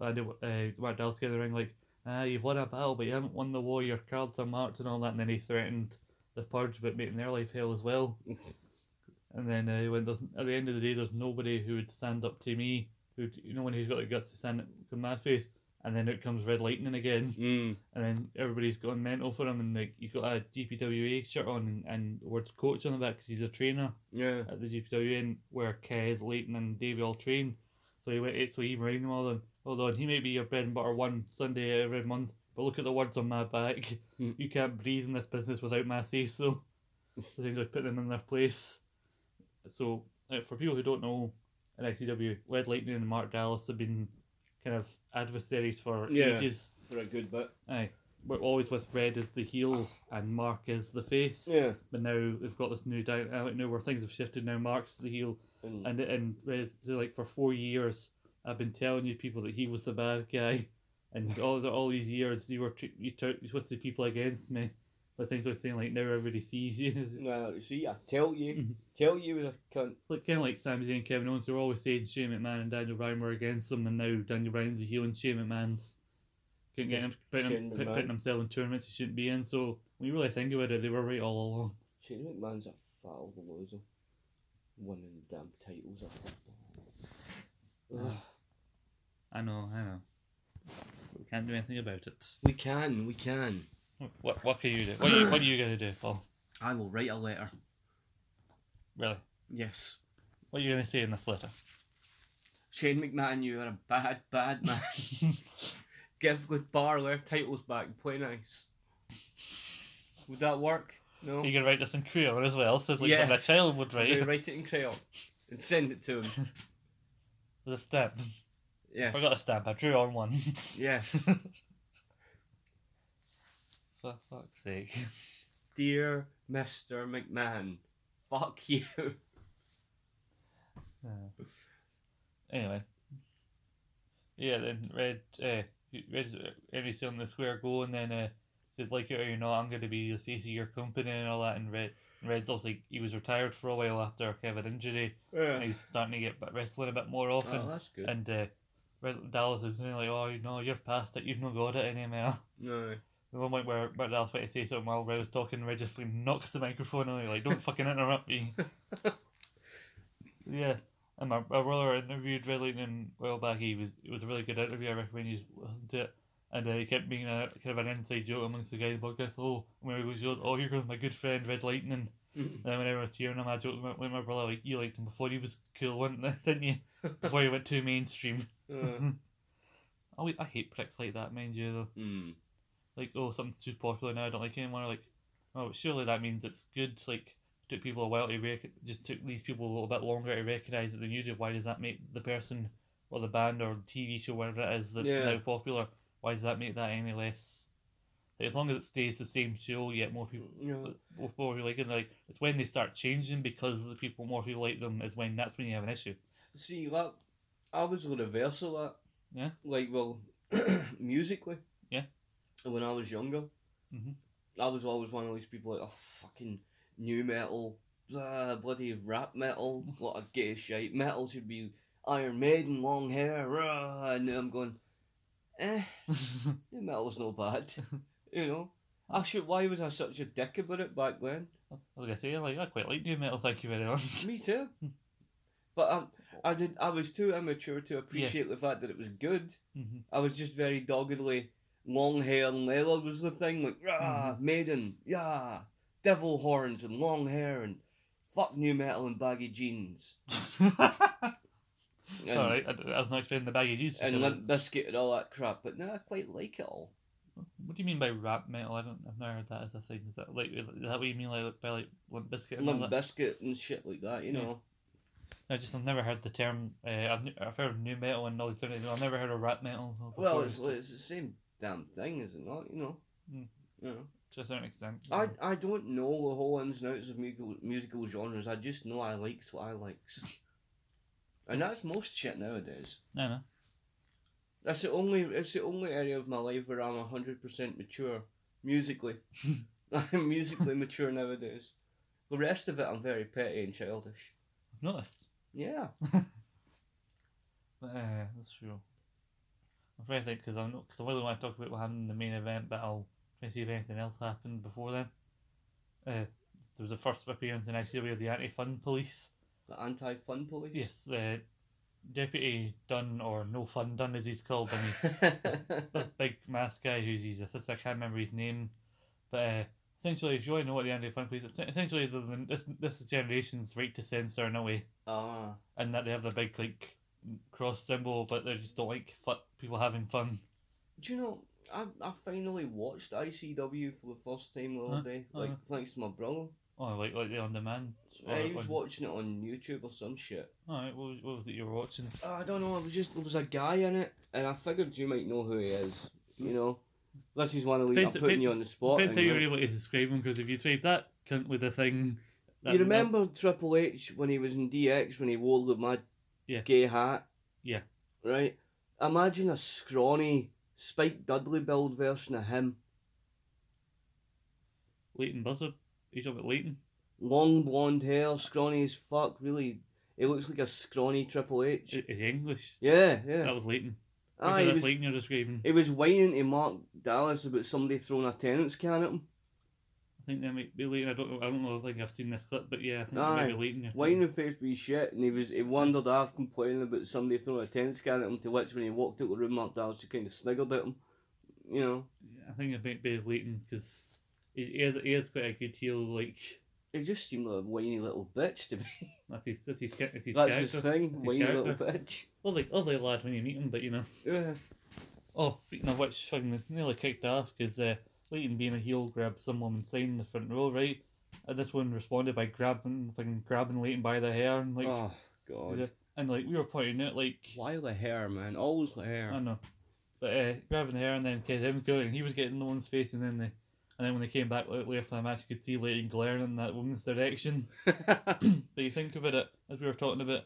Andy, uh, Matt Dallas came in the ring like, ah, you've won a battle, but you haven't won the war. Your cards are marked and all that. And then he threatened the purge, but making their life hell as well. and then uh, when there's, at the end of the day, there's nobody who would stand up to me. Who you know when he's got the guts to stand up to my face, and then out comes Red Lightning again Mm. and then everybody's gone mental for him, and like he's got a GPWA shirt on and, and the words coach on the back because he's a trainer Yeah. at the GPWA, and where Kez, Leighton, and Davey all train. So he went, so he reminded them all them. Hold on, he may be your bread and butter one Sunday every month, but look at the words on my back. <laughs> Hmm. You can't breathe in this business without my say <laughs> so. So they just put them in their place. So uh, for people who don't know, in ICW, Red Lightning and Mark Dallas have been kind of adversaries for Yeah. ages. For a good bit. Aye. We're always with Red as the heel and Mark as the face. Yeah. But now we've got this new dynamic now where things have shifted. Now Mark's the heel And, and and Red's so, like for four years I've been telling you people that he was the bad guy, <laughs> and all the, all these years you were tr- you tur- you with the people against me. But things like saying like now everybody sees you. <laughs> no, see, I tell you, Mhm. tell you, was a cunt. It's like kind of like Sami Zayn, Kevin Owens. They're always saying Shane McMahon and Daniel Bryan were against them, and now Daniel Bryan's a heel and Shane McMahon's couldn't get him Just putting, Shane him, put, McMahon. putting himself in tournaments he shouldn't be in. So when you really think about it, they were right all along. Shane McMahon's a fat old loser. Winning the damn titles. I think. Ugh. I know, I know. We can't do anything about it. we can, we can. What what can you do? What are you, what are you gonna do, Paul? I will write a letter. Really? Yes. What are you gonna say in this letter? Shane McMahon, you are a bad, bad <laughs> man. Give good bar their titles back and play nice. Would that work? <laughs> No. Are you gonna write this in Creole as well? So it's like yes. a Yes. child would I'm gonna write. write it in Creole and send it to him. With a stamp. I Yes. forgot a stamp. I drew on one. <laughs> Yes. For fuck's sake. Dear Mr. McMahon, fuck you. Yeah. Uh, Anyway. Yeah, then Red, uh, Red, every on the square go, and then uh, said like it or you're not, I'm going to be the face of your company and all that. And Red, Red's also like he was retired for a while after kind of an injury, and <laughs> he's starting to get bit- wrestling a bit more often. Oh, that's good. and uh, Red Dallas is saying like, oh no, you're past it, you've not got it anymore. <laughs> No. The moment where Red Dallas went to say something while Red was talking, Red just fucking knocks the microphone away, like, don't fucking interrupt me. yeah. And my, my brother interviewed Red Lightning a while back. He was it was a really good interview. I recommend you listen to it. And uh, he kept being a kind of an inside joke amongst the guys in the podcast. Oh, where he goes, "Yo, oh, here goes my good friend Red Lightning. And then whenever I was hearing him, I joked with my- with my brother like, you liked him before he was cool, wasn't <laughs> didn't you? Before he went too mainstream. <laughs> Uh, Oh, I hate pricks like that, mind you. Though. <laughs> mm. Like, oh, something's too popular now. I don't like it anymore. Like, oh, but surely that means it's good. Like, took people a while to rec- just took these people a little bit longer to recognize it than you do. Why does that make the person or the band or TV show whatever it is that's Yeah. now popular? Why does that make that any less? Like, as long as it stays the same show, yet more people Yeah. more people like it. Like, it's when they start changing because the people more people like them is when that's when you have an issue. See, that, I was the reverse of that. Yeah. Like, well, <clears throat> musically. Yeah. When I was younger, Mhm. I was always one of these people like, oh, fucking new metal, blah, bloody <laughs> rap metal, what a gay shite. Metal should be Iron Maiden, long hair, rah, and then I'm going, eh, new metal's <laughs> no bad. you know? I should, why was I such a dick about it back then? I was gonna say, like, I quite like new metal. Thank you very much. Me too. But um, I did. I was too immature to appreciate the fact that it was good. Mhm. I was just very doggedly long hair and leather was the thing. Like yeah, Mm-hmm. maiden, yeah, <laughs> devil horns and long hair and fuck new metal and baggy jeans. And, All right, I, I was not expecting the baggage you said. and Limp Biscuit and all that crap, but no, I quite like it all. What do you mean by rap metal? I don't. I've never heard that as a thing. Is that like? Is that what you mean like by like Limp Bizkit? And all Limp that? Biscuit and shit like that, you Yeah. know. I just I've never heard the term. Uh, I've, n- I've heard of new metal and all these things. but I've never heard of rap metal. Well, before, it's, it's the same damn thing, is it not? You know. Mm. You know. to a certain extent. I, I don't know the whole ins and outs of musical, musical genres. I just know I likes what <laughs> I likes. And that's most shit nowadays. I know. That's the only it's the only area of my life where I'm hundred percent mature <laughs> musically. <laughs> I'm musically mature nowadays. The rest of it I'm very petty and childish. I've noticed. Yeah. But, uh, that's true. I'm trying to think because I'm not because I really want to talk about what happened in the main event, but I'll try to see if anything else happened before then. Uh, there was the first appearance in ICW of the Anti-Fun Police. The anti fun police. Yes, uh, Deputy Dunn or No Fun Dunn as he's called. I mean, <laughs> this big masked guy who's his assistant. I can't remember his name, but uh, essentially, if you want to know what the Anti Fun Police, essentially, the, the, this this generation's right to censor in a way, <laughs> ah. and that they have the big like cross symbol, but they just don't like fu- people having fun. Do you know? I, I finally watched ICW for the first time the other Huh? day, Oh, like yeah. thanks to my brother. Oh, like like the on demand. Yeah, he was watching it on YouTube or some shit. All right, what was, what was it you were watching? Oh, I don't know. I was just there was a guy in it, and I figured you might know who he is. You know, this is one of these. I'm Depends- putting you on the spot. Depends how and you were able like- to describe him, because if you tried that cunt with a thing, that, you remember Triple H when he was in DX when he wore the mad Yeah. gay hat? Yeah. Right? Imagine a scrawny Spike Dudley build version of him. Leighton Buzzard? Are you talking about Leighton? Long blonde hair, scrawny as fuck, really. He looks like a scrawny Triple H. Is, is he English? yeah, yeah. That was Leighton. Aye, Because he that's was, Leighton you're describing. he was whining to Mark Dallas about somebody throwing a tenants can at him. I think that might be Leighton. I don't know. I don't know. I think I've seen this clip, but yeah, I think it Aye. might be Leighton. you're Wine talking- and face be shit, and he was he wandered off complaining about somebody throwing a tennis can at him. To which, when he walked out the room, Mark Dallas just kind of sniggered at him. You know, I think it might be Leighton because he, he, has, he has quite a good heel. Like he just seemed like a whiny little bitch to me. that's his that's his, ca- that's his That's character. his thing, That's his whiny little character. bitch. Lovely, lovely lad when you meet him, but you know. Yeah. Oh, speaking of which, fucking nearly kicked off because uh, Leighton, being a heel, grabbed some woman's sign in the front row, right? And this one responded by grabbing, fucking grabbing Leighton by the hair and <laughs> like, oh God. yeah, and like we were pointing out like, Why the hair, man? Always the I hair. don't know, but uh, grabbing the hair and then kid him going, he was getting in the woman's face and then they, and then when they came back out later for the match, you could see Leighton glaring in that woman's direction. <clears throat> but you think about it, as we were talking about,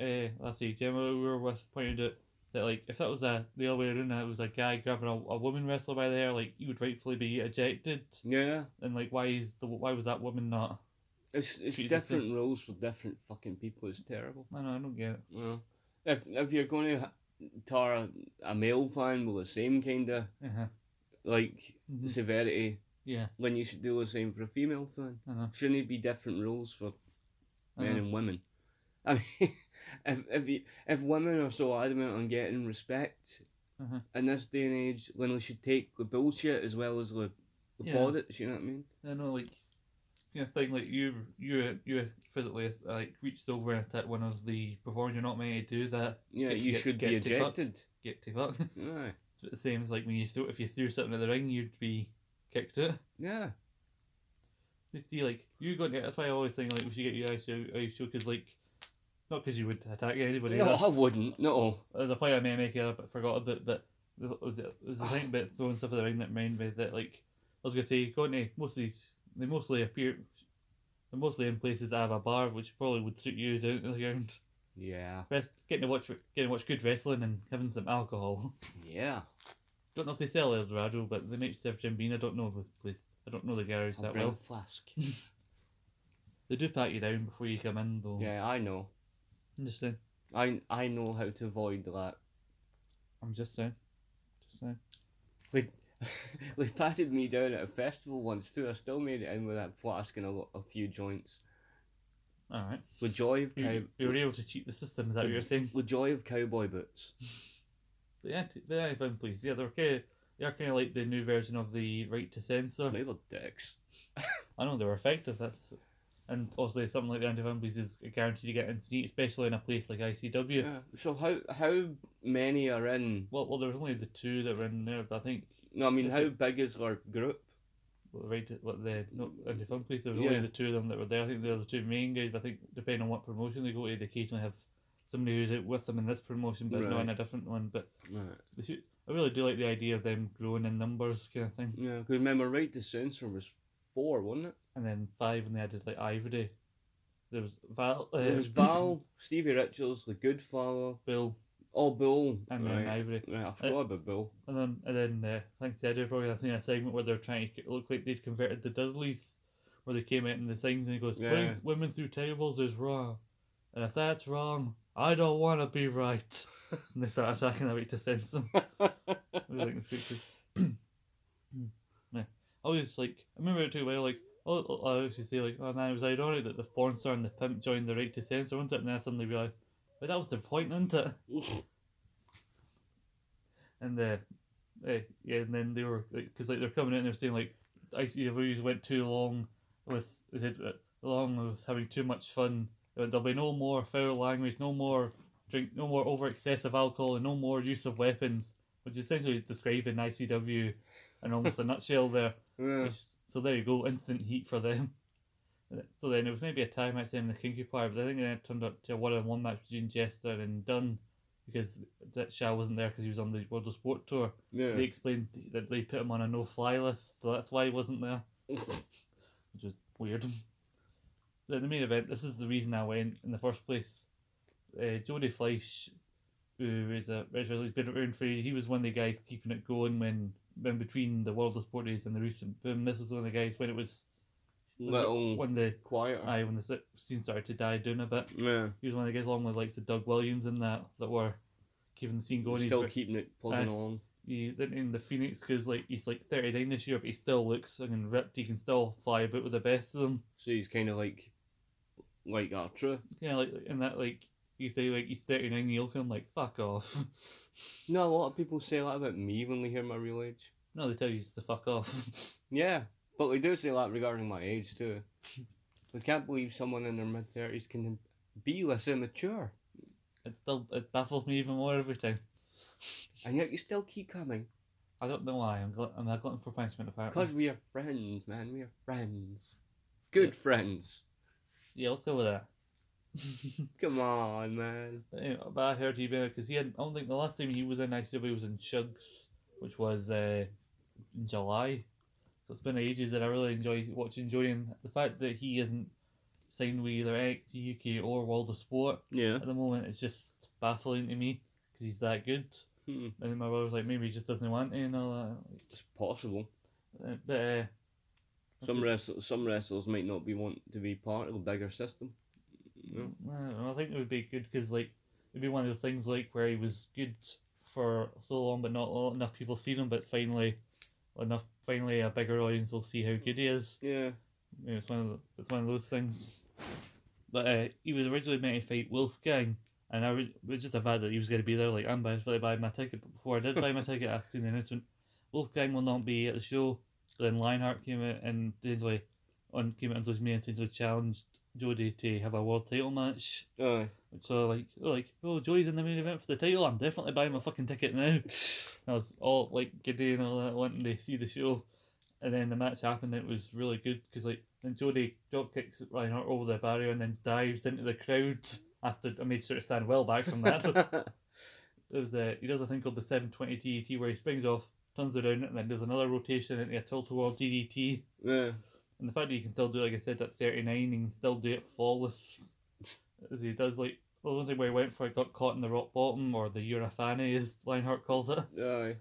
uh, last week, Gemma, we were with pointed out that like if that was a the other way around, that it was a guy grabbing a, a woman wrestler by the hair, like you would rightfully be ejected. <laughs> yeah. And like, why is the why was that woman not? It's it's Treat the different rules for different fucking people. It's terrible. I don't know, I don't get it. You know, if if you're going to tar a, a male fan with the same kind of Uh-huh. like Mhm. severity. Yeah, then you should do the same for a female fan. I know. Shouldn't it be different rules for I men know. and women? <laughs> I mean, if if, you, if women are so adamant on getting respect Mhm. in this day and age, then they should take the bullshit as well as the, the Yeah. plaudits, you know what I mean? I know, like, you know, thing like you, you, you physically like reached over and attacked one of the performers. You're not meant to do that. Yeah, Get- you get- should be get to fuck. ejected. Get to fuck. <laughs> it's Yeah, about the same as like when you threw, if you threw something at the ring, you'd be kicked out. yeah. You see, like you got that's why I always think like we should get you ice out ice because like not because you would attack anybody. No, that's- I wouldn't. No. There's a point I may make here, but forgot about. But there was a there was a thing about throwing stuff at the ring that reminded me that like I was gonna say going to most of these they mostly appear they're mostly in places that have a bar, which probably would suit you down to the ground. Yeah. Res- Getting to watch getting to watch good wrestling and having some alcohol. <laughs> Yeah. Don't know if they sell El Dorado, but they might have Jim Bean. I don't know the place. I don't know the garage I'll that bring a well. flask. They do pat you down before you come in though. yeah, I know. I'm just saying. I I know how to avoid that. <laughs> I'm just saying. Just saying. They patted me down at a festival once too. I still made it in with that flask and a, lo- a few joints. All right. The joy of cow- You, Mm-hmm. you were able to cheat the system. Is that what you're saying? the joy of cowboy boots. The anti, the anti-fun police. Yeah, they're kind of, they are kind of like the new version of the right to censor. They were dicks. I know they were effective. That's And also, something like the anti families is guaranteed to get instant, especially in a place like ICW. Yeah. So how how many are in? Well, well, there was only the two that were in there, but I think No, I mean how big is our group? well, right at- what the no, anti film police. There was only Yeah. the two of them that were there. I think they're the two main guys. But I think depending on what promotion they go to, they occasionally have somebody who's out with them in this promotion, but not in a different one. But Right. they should, I really do like the idea of them growing in numbers, kind of thing. Yeah, because remember, right to censor was four, wasn't it? And then five, and they added like Ivory. There was Val. Uh, There was Val, Stevie Richards, The Good Father, Bill, oh Bill, and then right. Ivory. Right, I forgot about Bill. And then, and then uh, thanks to Eddie, probably I think a segment where they're trying to it looked like they'd converted the Dudleys, where they came out in the signs and he goes, "Putting Yeah. "Women through tables is wrong, and if that's wrong, I don't want to be right." <laughs> and they start attacking that week to fence them. I really think it's good. too. <clears throat> yeah, I always like I remember it too well. Like oh, oh, I always say like, "Oh man, it was ironic that the porn star and the pimp joined the right to censor, wasn't it?" And then I suddenly realised, but that was the point, wasn't it? and uh, eh, yeah, and then they were because like they're coming in and they're saying like ICW's went too long with they did uh, long with having too much fun. They went, There'll be no more foul language, no more drink, no more over excessive alcohol, and no more use of weapons, which is essentially describing ICW in almost a nutshell there. Yeah. Which, so there you go, instant heat for them. <laughs> So then it was maybe a tag match then in the Kinky Empire, but I think then it turned out to a one-on-one match between Jester and Dunn because that Shaw wasn't there because he was on the World of Sport tour. Yeah. They explained that they put him on a no-fly list, so that's why he wasn't there, which is weird. Then the main event. This is the reason I went in the first place. Uh, Jody Fleisch, who is a wrestler who's been around for he was one of the guys keeping it going when when between the World of Sport days and the recent boom. This was one of the guys when it was when the- Little when the quieter. aye, when the se- scene started to die down a bit. yeah. He was one of the guys along with likes of Doug Williams and that that were keeping the scene going. He's Still ve- keeping it plugging Aye. along. he then in the Phoenix because like he's like thirty nine this year, but he still looks fucking ripped. He can still fly about with the best of them. So he's kind of like, like our truth. Yeah, like and that like you say like he's thirty nine, you look at him like fuck off. <laughs> You know, a lot of people say that about me when they hear my real age. no, they tell you it's the fuck off. <laughs> Yeah, but they do say that regarding my age too. <laughs> I can't believe someone in their mid thirties can be this immature, it still it baffles me even more every time. and yet you still keep coming. I don't know why. I'm gl- I'm a glutton for punishment apparently. Cause we are friends, man. We are friends, good friends. Yeah, let's go with that. Come on, man. But, anyway, but I heard he better because he had. I don't think the last time he was in ICW was in Shugs, which was uh, in July. So it's been ages, and I really enjoy watching Julian. The fact that he isn't signed with either NXT UK or World of Sport Yeah. at the moment is just baffling to me because he's that good. Hmm. And then my brother was like, maybe he just doesn't want to and all It's possible. that. Uh, But uh, Some wrestlers, some wrestlers might not be want to be part of a bigger system. No. I don't know, I think it would be good because like it'd be one of those things like where he was good for so long, but not not enough people seen him. But finally, enough finally a bigger audience will see how good he is. Yeah. You know, it's one of the, it's one of those things. But uh, he was originally meant to fight Wolfgang, and I re- it was just the fact that he was going to be there. Like I'm about to buy my ticket, but before I did buy my ticket, I seen the announcement: Wolfgang will not be at the show. Then Lionheart came out and basically on came out and social media and basically challenged Jody to have a world title match. <laughs> Aye. So like like oh Joey's in the main event for the title. I'm definitely buying my fucking ticket now. I was all like giddy and all that, wanting to see the show. And then the match happened. And it was really good because like then Jody drop kicks Reinhardt over the barrier and then dives into the crowd. I stood, I made sure to stand well back from that. it was uh, he does a thing called the 720 DDT E where he springs off, turns around, and then does another rotation into a tilt world DDT. yeah. And the fact that he can still do, it, like I said, at 39, he can still do it flawless. As he does, like, the only thing where he went for it got caught in the rock bottom, or the Urafani, as Lionheart calls it. Aye.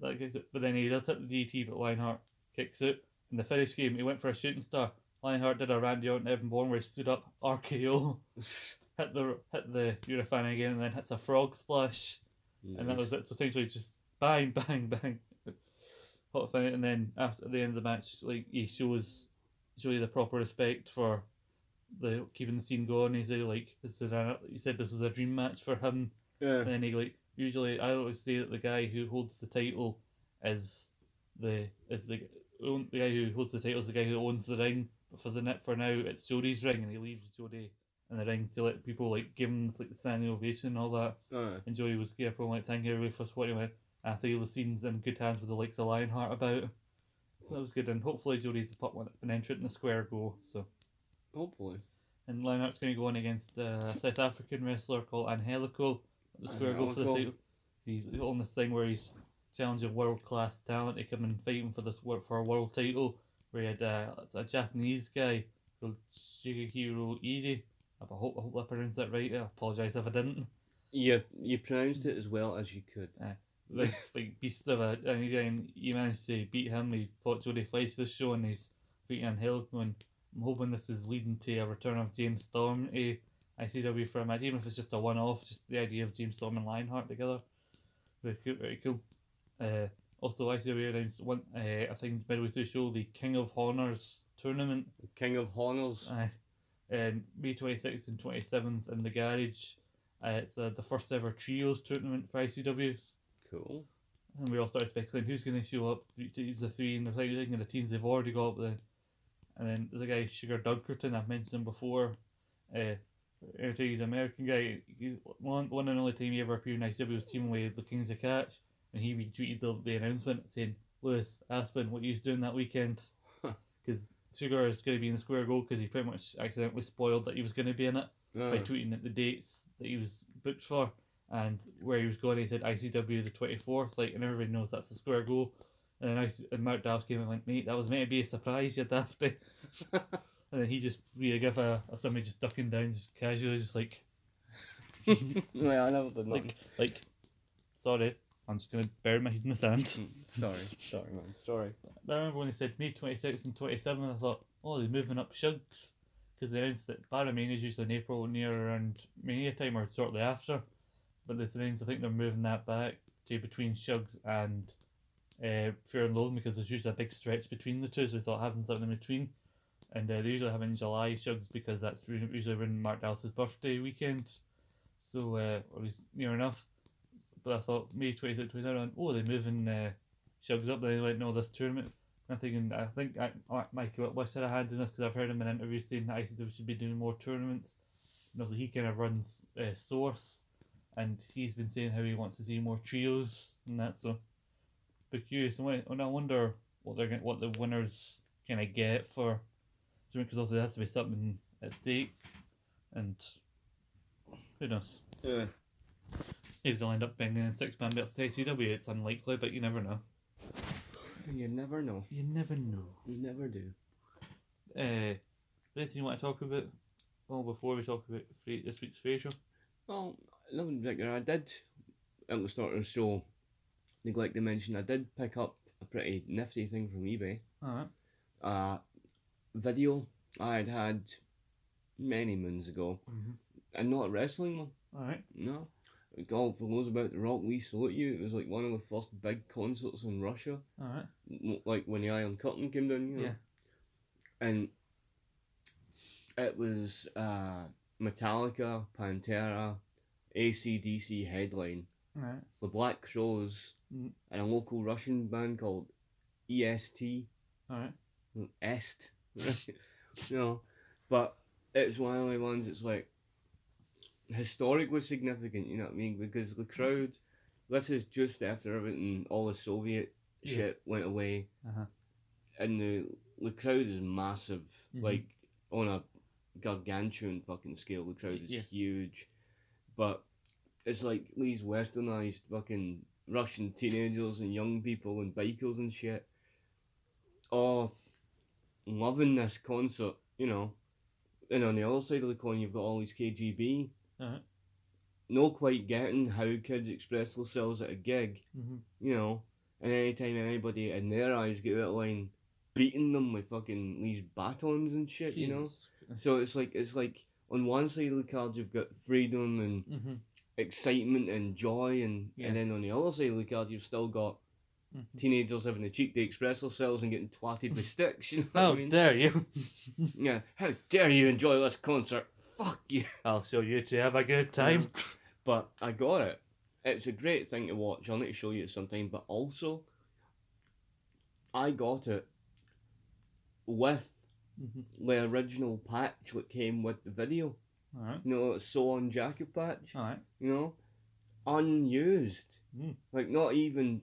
That gets it. But then he does hit the DT, but Lionheart kicks it. In the finish game, he went for a shooting star. Lionheart did a Randy Orton Evan Bourne where he stood up, RKO, <laughs> hit the hit the Urafani again, and then hits a frog splash. And that was it. So essentially just bang, <laughs> bang, bang. Hot fight. And then after at the end of the match, like he shows Joey the proper respect for the keeping the scene going. He said like this is a, he said this is a dream match for him. Yeah. And then he like usually I always say that the guy who holds the title is the is the own- the guy who holds the title is the guy who owns the ring. for the net for now, it's Jody's ring, and he leaves Jody in the ring to let people like give him like the standing ovation and all that. Uh, And Jody was careful, like thanking everybody for supporting him. And I think the scene's in good hands with the likes of Lionheart about. So that was good, and hopefully Jody's the pop one that's been entered in the square goal. So hopefully. and Lionheart's going to go on against uh, a South African wrestler called Angelico. at The square goal for the Angelico. title. He's on this thing where he's challenging world class talent to come and fight him for this wor- for a world title. We had uh, a Japanese guy called Shigehiro Iri. I hope I hope I pronounced that right. I apologise if I didn't. You you pronounced it as well as you could. Like, like beast of a and again he managed to beat him. He fought Jody Fleiss this show and he's beating Angelico and I'm hoping this is leading to a return of James Storm eh, to ICW for a match, even if it's just a one off, just the idea of James Storm and Lionheart together. Very cool, very cool. Uh, also ICW announced one uh, I think midway through the show the King of Honors tournament King of Honors. Aye. And May 26th and 27th in the garage. Uh, it's uh, the first ever trios tournament for ICW. Cool. And we all started speculating who's going to show up. Three teams of three, and they're like looking at the teams they've already got. But then, and then there's a guy Sugar Dunkerton I've mentioned him before. Uh, he's an American guy. He, one, one and only time he ever appeared in ICW was teaming with the Kings of Catch, and he retweeted the, the announcement saying, "Lewis Aspen, what you doing that weekend?" Because Sugar is going to be in the square goal because he pretty much accidentally spoiled that he was going to be in it by Uh, tweeting at the dates that he was booked for and where he was going. He said ICW the twenty fourth, like, and everybody knows that's the square goal. And then I, and Mark Dabbs came and went, mate, that was meant to be a surprise, you daft. <laughs> and then he just really gave a, a somebody just ducking down, just casually, just like, <laughs> yeah, I never did nothing. like, like, sorry, I'm just gonna bury my head in the sand. Mm, sorry, sorry, man, sorry. I remember when they said May 26th and 27th, I thought, oh, they're moving up Shugs. Because they announced that Baromania is usually in April near around Mania time or shortly after. But they announced, I think they're moving that back to between Shugs and uh, Fear and Loathing because there's usually a big stretch between the two. So we thought having something in between. And uh, they usually have it in July Shugs because that's re- usually when Mark Dallas's birthday weekend. So, uh, or at least near enough. But I thought May 26th, 27th, oh, they're moving. Uh, Shugs up there and went, no, this tournament. I think, and I think I, I- Mikey Whitwish had a hand in this because I've heard him in interviews saying that ICW should be doing more tournaments. And also, he kind of runs uh, Source, and he's been saying how he wants to see more trios and that. So, but curious, and, wait, and I wonder what they're gonna, what the winners kind of get for, because also there has to be something at stake, and who knows? Yeah. Maybe they'll end up being in six man belts to ICW. It's unlikely, but you never know. You never know. You never know. You never do. Uh, anything you want to talk about? Well, before we talk about free, this week's free show, Well, nothing particular. I did at the start of the show neglect to mention I did pick up a pretty nifty thing from eBay. all right, Uh video I had had many moons ago, Mhm. and not a wrestling one. all right, No. God, for those about the Rock, we salute you. It was like one of the first big concerts in Russia, all right. m- like when the Iron Curtain came down. You know? Yeah. And it was uh, Metallica, Pantera, ACDC headline, All right. The Black Crows, Mm. and a local Russian band called E EST. All right. Est. <laughs> you know, but it's one of the ones that's like historically significant, you know what I mean? Because the crowd, this is just after everything, all the Soviet Yeah. shit went away, Uh-huh. and the, the crowd is massive, Mhm. like on a gargantuan fucking scale. The crowd is Yeah. huge, but it's like these westernized fucking Russian teenagers and young people and bikers and shit. Oh, loving this concert, you know. And on the other side of the coin, you've got all these KGB. Uh-huh. No quite getting how kids express themselves at a gig, Mm-hmm. you know. And anytime anybody in their eyes get out of line, beating them with fucking these batons and shit, you know. So it's like it's like on one side of the card you've got freedom and Mm-hmm. excitement and joy, and, Yeah. and then on the other side of the card, you've still got Mhm. teenagers having the cheek to express themselves and getting twatted with sticks. You know what How I mean? dare you! <laughs> yeah. How dare you enjoy this concert? Fuck you. <laughs> I'll show you to have a good time. But I got it. It's a great thing to watch. I'll need to show you it sometime. But also, I got it with Mhm. the original patch that came with the video. All right. You know, it's so on jacket patch. All right. You know, unused. Mm. Like not even,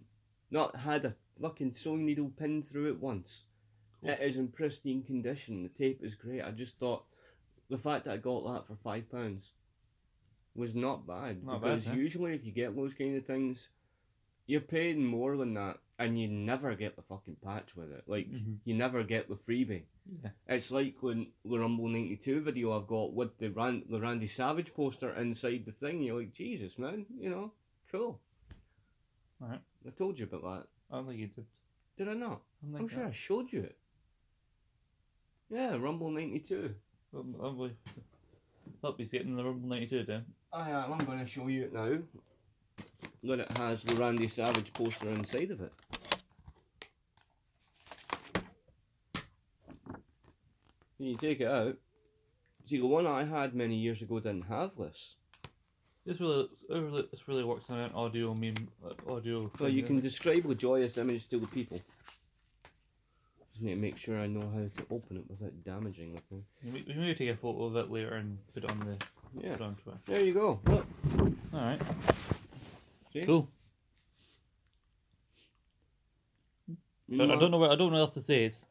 not had a fucking sewing needle pinned through it once. Cool. It is in pristine condition. The tape is great. I just thought the fact that I got that for five pounds was not bad. Not bad, eh? because huh? usually if you get those kind of things, you're paying more than that, and you never get the fucking patch with it. Like Mhm. you never get the freebie. Yeah. It's like when the Rumble '92 video I've got with the, Ran- the Randy Savage poster inside the thing. You're like, Jesus, man, you know, cool. Alright. I told you about that. I don't think you did. Did I not? I don't I'm think Oh, sure I showed you it. Yeah, Rumble '92. that- um, um, we- Hope he's getting the Rumble 92 down. I am. Oh, I'm going to show you it now. That it has the Randy Savage poster inside of it. When you take it out, see the one I had many years ago didn't have this, This really, looks- it really, this really works on an audio meme, uh, audio. so thing, you can doesn't describe the joyous image to the people. Just need to make sure I know how to open it without damaging the thing. it? We we may take a photo of it later and put it on the Yeah, put it on Twitter. there you go. Look, All right. see? Cool. But I Not- don't know. What, I don't know what else to say. It's,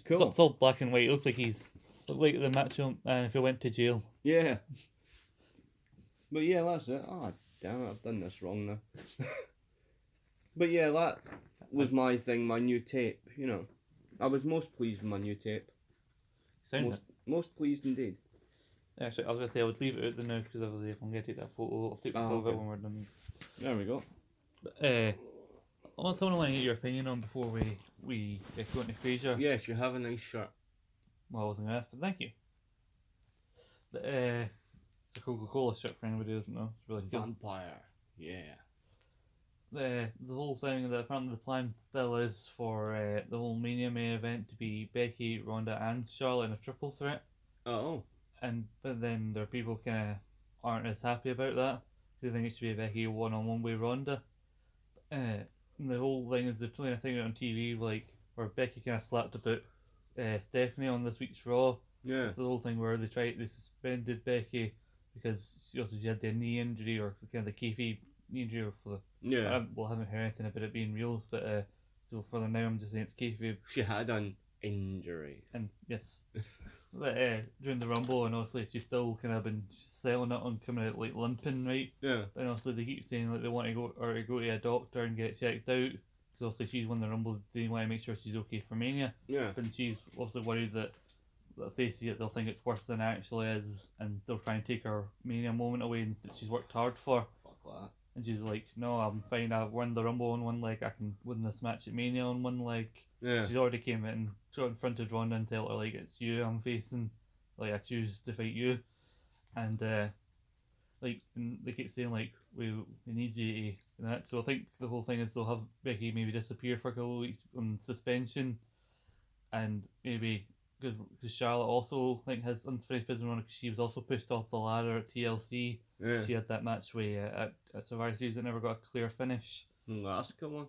it's, cool. all- it's all black and white. It looks like he's looked like the macho man if he went to jail. Yeah. But yeah, that's it. Oh damn it, I've done this wrong now. <laughs> but yeah, that was my thing, my new tape, you know. I was most pleased with my new tape. Sound Most most pleased indeed. Actually, I was gonna say I would leave it out there now because obviously if I'm gonna take that photo, I'll take the Ah, photo of okay. it when we're done. There we go. But, uh, I want someone I want to get your opinion on before we we uh, go into Fraser. Yes, you have a nice shirt. Well, I wasn't gonna ask, but thank you. But, uh, it's a Coca-Cola shirt for anybody who doesn't know. It's really good. Vampire. Yeah. The the whole thing that apparently the plan still is for uh, the whole Mania main event to be Becky, Ronda, and Charlotte in a triple threat. Oh. and but then there are people kind of aren't as happy about that. They think it should be Becky one on one with Ronda. Uh, and the whole thing is they're doing a thing on TV like where Becky kind of slapped about uh, Stephanie on this week's Raw. Yeah. It's the whole thing where they tried they suspended Becky because she also she had the knee injury or kind of the kayfabe knee injury or for the Yeah. I, well I haven't heard anything about it being real but uh, so for the now I'm just saying it's kayfabe she had an injury. and yes, but, uh, during the rumble, and obviously she's still kind of been selling it on coming out like limping, right? Yeah. And obviously they keep saying like they want to go or to go to a doctor and get checked out because obviously she's won the rumble. They want to make sure she's okay for Mania, Yeah. and she's obviously worried that that if they see it, they'll think it's worse than it actually is, and they'll try and take her Mania moment away that she's worked hard for. Fuck that. And she's like, "No, I'm fine. I've won the rumble on one leg. I can win this match at Mania on one leg." Yeah. She's already came in, so confronted Ronda and tell her like it's you I'm facing, like I choose to fight you, and uh, like and they keep saying like we we need you to and that. So I think the whole thing is they'll have Becky maybe disappear for a couple of weeks on suspension, and maybe because Charlotte also I think has unfinished business on because she was also pushed off the ladder at TLC. Yeah. She had that match where uh, at, at Survivor Series that never got a clear finish. Alaska one.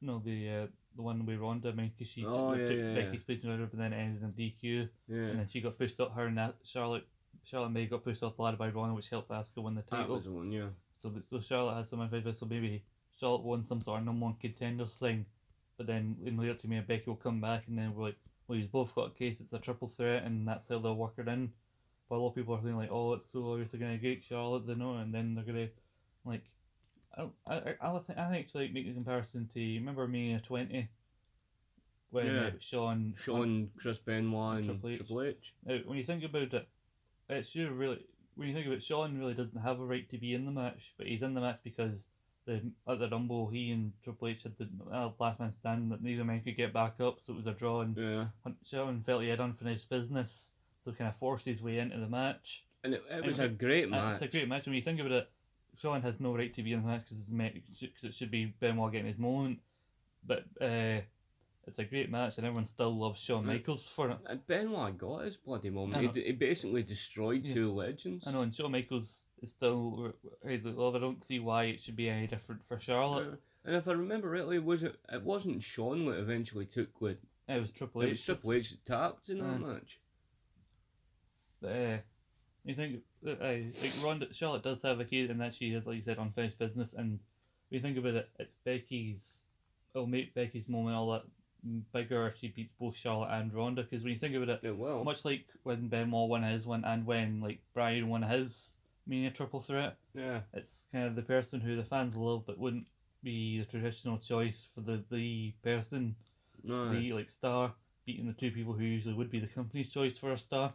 No, the uh, the one with Ronda, I mean, because she Oh, took, yeah, took yeah, Becky's place in order, but then it ended in DQ, Yeah. and then she got pushed up. Her and that Charlotte, Charlotte May got pushed off the ladder by Ronda, which helped Asuka win the That title. was the one, yeah. So, th- so Charlotte has some advice. So maybe Charlotte won some sort of number one contenders thing, but then in the lead up to me and Becky will come back, and then we're like, well, you've both got a case. It's a triple threat, and that's how they'll work it in. But a lot of people are thinking like, oh, it's so obviously going to get Charlotte, they know, and then they're going to like. I, don't- I, I, I think I think it's like making a comparison to remember Mania twenty when uh, Yeah. Sean Sean, Chris Benoit, and Triple Triple H. H. now, when you think about it, it's your really when you think about it, Sean really doesn't have a right to be in the match, but he's in the match because the at the Rumble he and Triple H had the uh, last man stand that neither man could get back up, so it was a draw, and Yeah. Sean felt he had unfinished business, so kind of forced his way into the match. And it, it was it- a great And match. It's a great match. When you think about it, Sean has no right to be in the match because it should be Benoit getting his moment, but uh, it's a great match, and everyone still loves Shawn Mm. Michaels for it. And Benoit got his bloody I moment. He, know. d- he basically destroyed Yeah. two legends. I know, and Shawn Michaels is still Hayley Love. I don't see why it should be any different for Charlotte. Uh, and if I remember rightly, was it it wasn't Sean that eventually took the It was Triple It H. was Triple H that tapped in that Aye. match. Uh, you think uh, like Ronda Charlotte does have a key, and that she has, like you said, unfinished business. And when you think about it, it's Becky's. It'll make Becky's moment all that bigger if she beats both Charlotte and Ronda. Because when you think about it, It will. much like when Benoit won his one, and when like Brian won his Mania Triple Threat, yeah. it's kind of the person who the fans love, but wouldn't be the traditional choice for the the person No. the like star beating the two people who usually would be the company's choice for a star,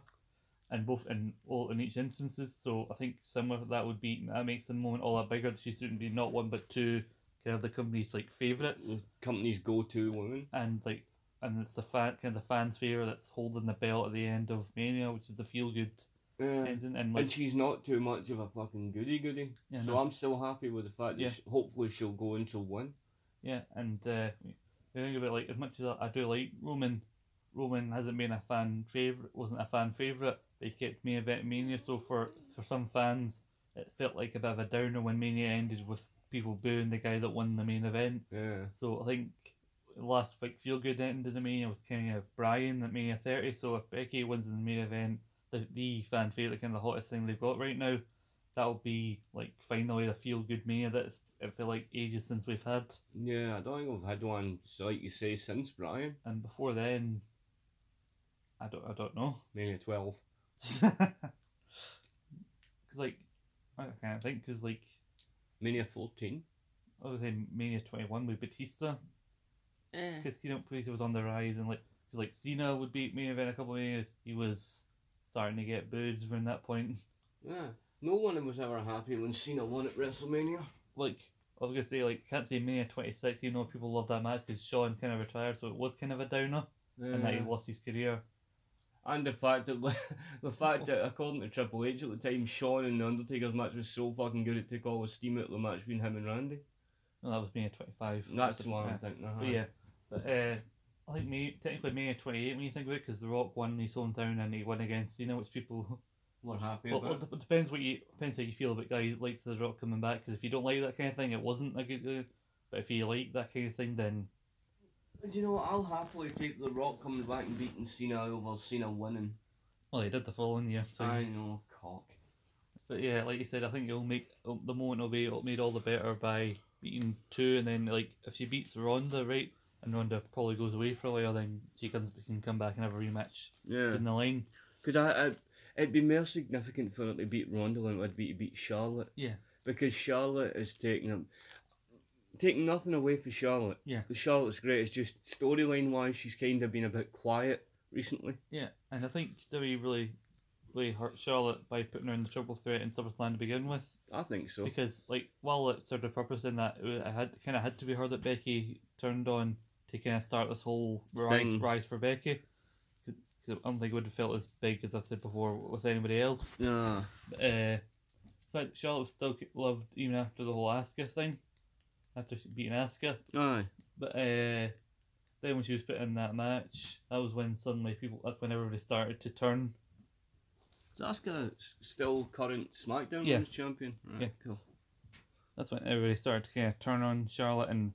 and both in all in each instances. So I think similar that would be that makes the moment all that bigger. that She shouldn't be not one but two kind of the company's like favorites, the company's go-to woman. and like and it's the fan kind of the fans favorite that's holding the belt at the end of Mania, which is the feel good Yeah. ending, and like And she's not too much of a fucking goody goody. Yeah, so no. I'm still happy with the fact that Yeah. she, hopefully she'll go and she'll win. Yeah, and uh, the thing about like as much as I I do like Roman, Roman hasn't been a fan favorite, wasn't a fan favorite, but he kept me event mania. So for for some fans, it felt like a bit of a downer when mania ended with people booing the guy that won the main event. Yeah. So I think last week feel good ended the mania with kind of Brian at mania thirty. So if Becky wins in the main event, the the fan favorite, kind of the hottest thing they've got right now. That'll be like finally a feel good mania that's it feel like ages since we've had. Yeah, I don't think I've had one, so like you say, since Brian. and before then, I don't, I don't know. <laughs> Maybe 12. Because like, I can't think. Because like, Mania 14. I was in Mania Twenty One with Batista, because you know Batista was on the rise, and like, cause like Cena would beat me event a couple of years. He was starting to get booed from that point. Yeah. No one was ever happy when Cena won at WrestleMania. Like, I was gonna say like, can't say Mania Twenty Six. You know, people love that match because Sean kind of retired, so it was kind of a downer, and that he lost his career. And the fact that <laughs> the fact that according to Triple H at the time, Shawn and the Undertaker's match was so fucking good it took all the steam out of the match between him and Randy. No, that was Mania Twenty Five. That's the one I'm thinking. uh-huh. But yeah, but uh, I think May, technically May 28 when you think about it, because The Rock won in his hometown and he won against Cena, which people. <laughs> We're happy Well, about well, it. it depends what you depends how you feel about guys like The Rock coming back. Because if you don't like that kind of thing, it wasn't a good. Uh, but if you like that kind of thing, then And you know what? I'll happily take The Rock coming back and beating Cena over Cena winning. well, they did the following year. So, I know, cock. but yeah, like you said, I think it'll make it'll- the moment will be made all the better by beating two, and then like if she beats Ronda, right, and Ronda probably goes away for a while, then she can can come back and have a rematch Yeah. in the line. Because I, I, it'd be more significant for her to beat Ronda than it would be to beat Charlotte. Yeah. Because Charlotte is taking him. Taking nothing away for Charlotte. Yeah. 'Cause Charlotte's great. It's just storyline wise, she's kind of been a bit quiet recently. Yeah, and I think WWE really, really hurt Charlotte by putting her in the triple threat in SummerSlam to begin with, I think so. because like while it served a purpose in that, it had kind of had to be her that Becky turned on to kind of start this whole rise Thing. rise for Becky. Because I don't think it would have felt as big as I said before with anybody else. Yeah. Uh, but Charlotte was still loved even after the whole Asuka thing, after she beating Asuka. Aye. But uh, then when she was put in that match, that was when suddenly people. That's when everybody started to turn. So Asuka s- still current SmackDown Yeah. Women's champion. Right, Yeah. Cool. That's when everybody started to kind of turn on Charlotte and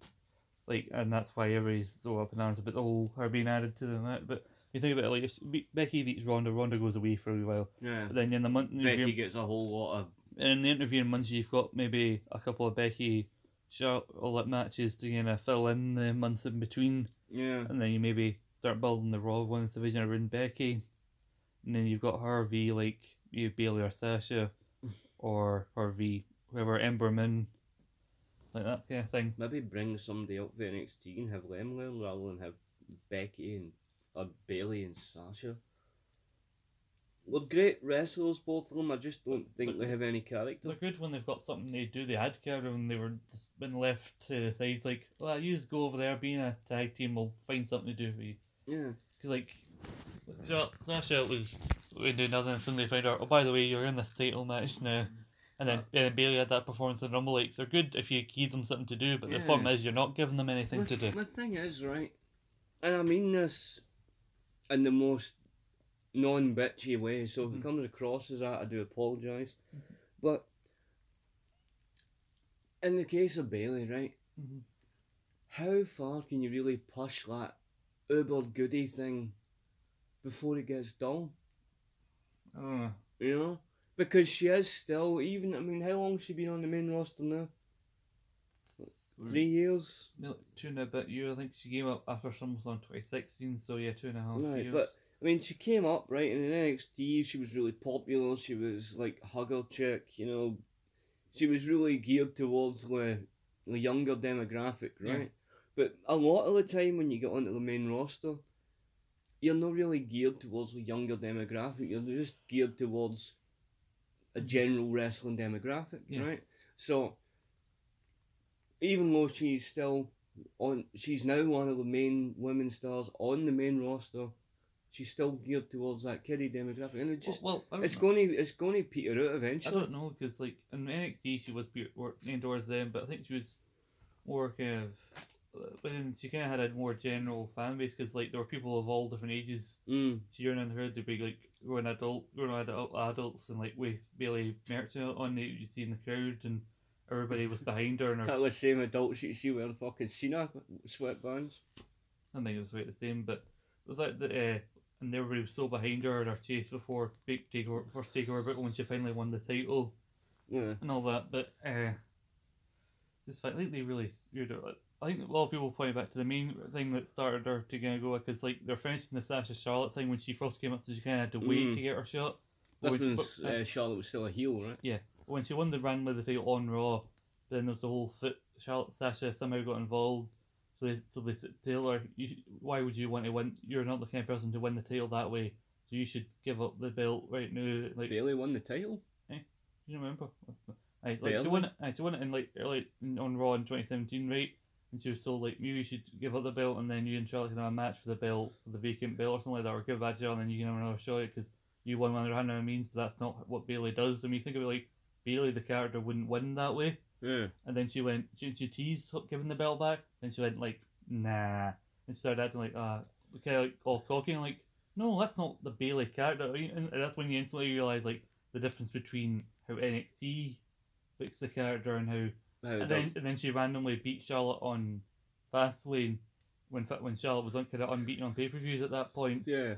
like, and that's why everybody's so up in arms about the whole her being added to the match. But you think about it, like if she be- Becky beats Ronda, Ronda goes away for a wee while. Yeah. But then in the month, Becky gets a whole lot of. in the interviewing months, you've got maybe a couple of Becky Charlotte matches to kind of fill in the months in between. Yeah. and then you maybe start building the Raw Women's Division around Becky, and then you've got her v like you Bailey or Sasha, or her v whoever Emberman, like that kind of thing. Maybe bring somebody up for NXT and have them learn rather than have Becky and or Bailey and Sasha. They're great wrestlers, both of them. I just don't think they have any character. They're good when they've got something they do. They had character when they were just been left to the side. Like, well, you just go over there, being a tag team, we'll find something to do for you. Yeah, Because like, so Sasha was we do nothing, and suddenly found out. Oh, by the way, you're in this title match now. And then, and then Bailey had that performance in Rumble. Like they're good if you give them something to do, but the problem Yeah. is you're not giving them anything to do. My thing is right, and I mean this in the most non-bitchy way. So if Mhm. it comes across as that, I do apologise. But in the case of Bailey, right, Mhm. how far can you really push that uber goody thing before it gets dull. Oh, You know? Because she is still, even, I mean, how long has she been on the main roster now? Three years? milk two and a bit year. I think she came up after SummerSlam 2016, so yeah, two and a half Right, years. but I mean, she came up right in NXT. She was really popular. She was like hugger chick, you know. She was really geared towards the, the younger demographic, Yeah. right? But a lot of the time when you get onto the main roster, you're not really geared towards the younger demographic. You're just geared towards a general wrestling demographic, Yeah. right? So even though she's still on she's now one of the main women stars on the main roster. She's still geared towards that kiddie demographic, and it just well, well, I don't it's know. going to it's going to peter out I eventually. don't know because like in NXT she was be- wor- aimed towards them, but I think she was more kind of. uh, But then she kind of had a more general fan base because like there were people of all different ages Mm, cheering on her to be like grown adult, grown adult adults, and like with Bailey Mercer on the you see in the crowd, and everybody was behind her, and her, that was same adult. She she wearing fucking Cena sweatbands. I think it was about the same, but the fact that uh, and everybody was so behind her and her chase before big takeover, first takeover, but when she finally won the title. Yeah, and all that, but uh, just like lately, really weird. I think a lot of people point back to the main thing that started her to kind of go like it's like they're finishing the Sasha Charlotte thing when she first came up, so she kind of had to wait Mm. to get her shot. But that's when, when she, but, uh, uh, Charlotte was still a heel, right? when she won the Rand with the title on Raw, then there was the whole foot. Charlotte Sasha somehow got involved, so they so they said, Taylor, you, sh- why would you want to win? You're not the kind of person to win the title that way. So you should give up the belt right now. Like Bailey won the title. Do you remember? I, like, she Barely. won it. aye, She won it in like early in- on Raw in 2017, right? And she was told like, maybe you should give up the belt, and then you and Charlotte can have a match for the belt, for the vacant belt or something like that, or give it back to her, and then you can have another shot at it because you won one of it means, but that's not what Bailey does. I mean, you think of it like Bailey, the character wouldn't win that way, Yeah, and then she went, she, she teased giving the belt back, and she went like, nah, and started acting like, uh, kind of like all cocky, and like, no, that's not the Bailey character, I mean, and that's when you instantly realize like the difference between how NXT picks the character and how How and then, and then she randomly beat Charlotte on Fastlane when fa- when Charlotte was un- kind of unbeaten on pay per views at that point, yeah,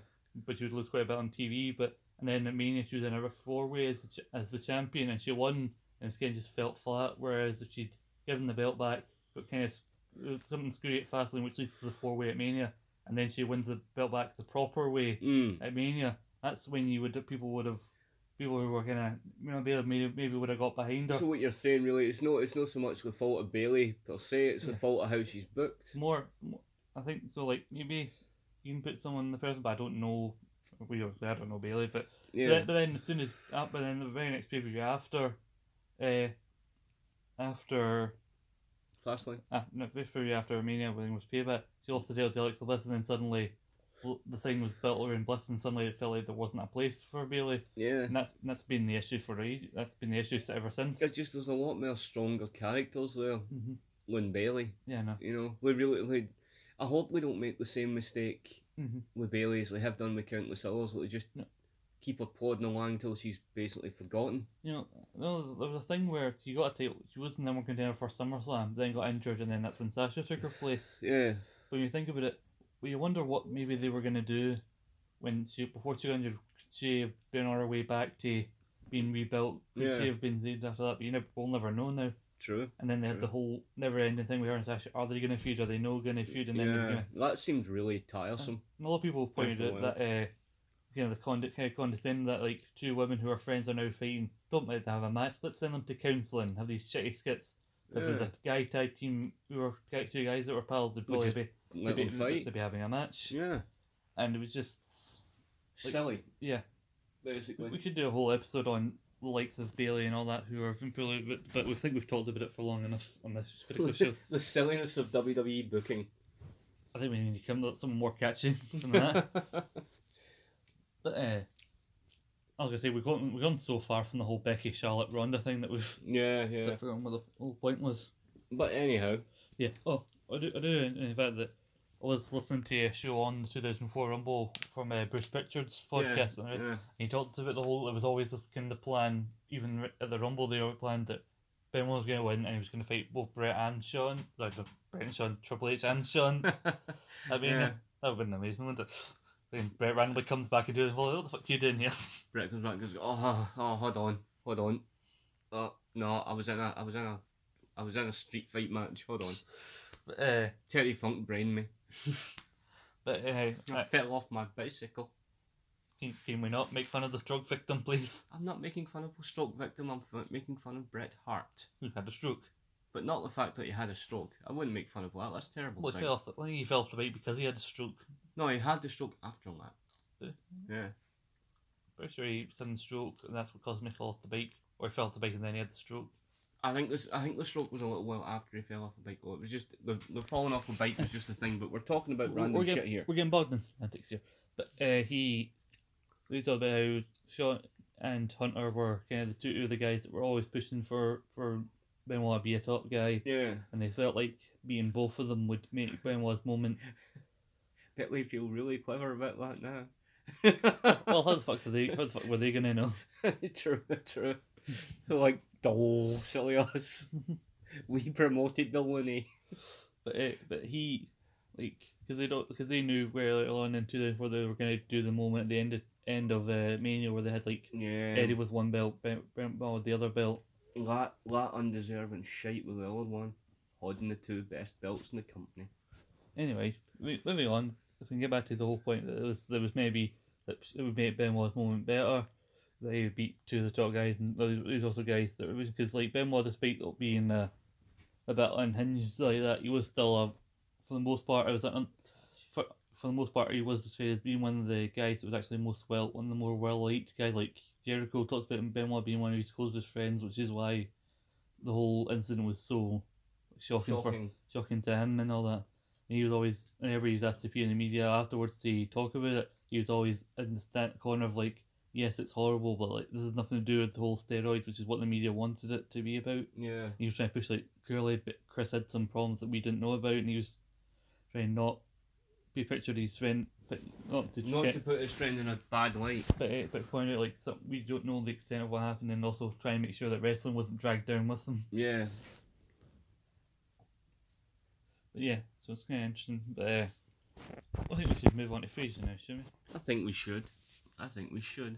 but she would lose quite a bit on TV. But and then at Mania she was in a four way as the, ch- as the champion and she won and it kind of just felt flat. Whereas if she'd given the belt back, but kind of s- uh, something screwy at Fastlane, which leads to the four way at Mania, and then she wins the belt back the proper way mm, at Mania. That's when you would people would have people who were gonna you know maybe maybe would have got behind her. So what you're saying really, it's not it's not so much the fault of Bailey per se. It's the Yeah. fault of how she's booked. it's more, more- I think so. Like maybe you can put someone in the person, but I don't know. We obviously I don't know Bailey, but Yeah, then, but then as soon as uh, but then the very next pay per view after, uh, after Fastlane. uh, no, pay per view after Armenia when it was payback, she lost the deal to Alexa Bliss, and then suddenly l- the thing was built around Bliss, and suddenly it felt like there wasn't a place for Bailey, Yeah. and that's that's been the issue for ages. That's been the issue ever since. It's just there's a lot more stronger characters there hmm than Bailey. Yeah, no. You know, we really. Like, I hope we don't make the same mistake hmm with Bailey as they have done with countless others. Where they just No. keep her plodding along until she's basically forgotten. You know, no, there was a thing where she got a title. She was the number one contender for SummerSlam, then got injured, and then that's when Sasha took her place. Yeah. But when you think about it, well, you wonder what maybe they were gonna do when she before she got injured. Could she have been on her way back to being rebuilt? Could Yeah. she have been saved after that? But you never, we'll never know now. True. And then they had the True. whole never-ending thing with her and Sasha. Are they gonna feud? Are they no gonna feud? And then they're yeah. gonna That seems really tiresome. and a lot of people pointed out Definitely. that uh, you know the con- kind of condescending that like two women who are friends are now fighting. Don't let them have a match. Let's send them to counselling. Have these shitty skits. If there's Yeah. a guy tag team who were guy- two guys that were pals, they'd probably just be, Let they'd be, them fight. they'd be having a match. Yeah. And it was just Silly. yeah. We Basically. could do a whole episode on the likes of Bailey and all that who are been pulling, but, but we think we've talked about it for long enough on this <laughs> particular show. the silliness of E WWE booking. I think we need to come up with something more catchy <laughs> than that. But uh, I was gonna say we've gone we've gone so far from the whole Becky Charlotte Ronda thing that we've yeah, yeah. yeah. forgotten what the whole point was. But anyhow, Yeah. Oh, I do I do in fact that I was listening to a show on the 2004 Rumble from uh, Bruce Pritchard's podcast, and yeah, he talked about the whole. It was always the kind of plan, even ri- at the Rumble, they always planned that Ben was going to win, and he was going to fight both Brett and Sean, like the Brett and Sean, Triple H and Sean. I mean, Yeah. That would have been amazing, wouldn't it? Then Brett randomly comes back and doing, "Well, what the fuck you doing here?" Brett comes back and goes, oh, oh, hold on, hold on. Oh, no, I was in a, I was in a, I was in a street fight match. <laughs> Hold on. But, uh, Terry Funk brained me. but uh, I uh, fell off my bicycle. can, can we not make fun of the drug victim, please? <laughs> I'm not making fun of the stroke victim. I'm f- making fun of Bret Hart, Who had a stroke? but not the fact that he had a stroke. I wouldn't make fun of that. That's terrible. Well, he thing. fell off. The, I think he fell off the bike because he had a stroke. No, he had the stroke after all that. Yeah. Yeah. Pretty sure he was having a stroke, and that's what caused him to fall off the bike, or he fell off the bike and then he had the stroke. I think this. I think the stroke was a little while after he fell off the bike. Well, it was just the, the falling off the bike was just a thing. But we're talking about We're- random we're shit getting, here. We're getting bogged in semantics here. But uh, he, we talked about how Sean and Hunter were kind of the two of the guys that were always pushing for for Benoit to be a top guy, Yeah. and they felt like being both of them would make Benoit's moment. Bet we feel really clever about that now. Well, how the fuck do they? How the fuck were they gonna know? <laughs> true, true. like, dull, silly us. <laughs> we promoted the Looney. But it, but he, like, because they don't, because they knew where later on in two thousand four they were gonna do the moment at the end of end of uh, Mania where they had like Yeah. Eddie with one belt, Ben- Benoit with the other belt. That, that undeserving shite with the other one. Holding the two best belts in the company. anyway, mo- moving on. If we can get back to the whole point that it was, there was maybe that it would make Benoit's moment better. They beat two of the top guys, and those, those also guys that was because like Benoit, despite being uh, a bit unhinged like that, he was still a, for the most part, I was un, for for the most part he was described as being one of the guys that was actually most well, one of the more well liked guys. Like Jericho talks about Benoit being one of his closest friends, which is why the whole incident was so shocking for Shocking. shocking to him and all that. And he was always, whenever he was asked to appear in the media afterwards to talk about it, he was always in the stand corner of like, yes, it's horrible, but like this has nothing to do with the whole steroid, which is what the media wanted it to be about. Yeah. He was trying to push like Curly, but Chris had some problems that we didn't know about, and he was trying not be pictured as friend, but not to Not get- to put his friend in a bad light. but, uh, but point out like some, we don't know the extent of what happened, and also try and make sure that wrestling wasn't dragged down with them. Yeah. But yeah, so it's kind of interesting. But uh, I think we should move on to Fraser now, shouldn't we? I think we should. I think we should.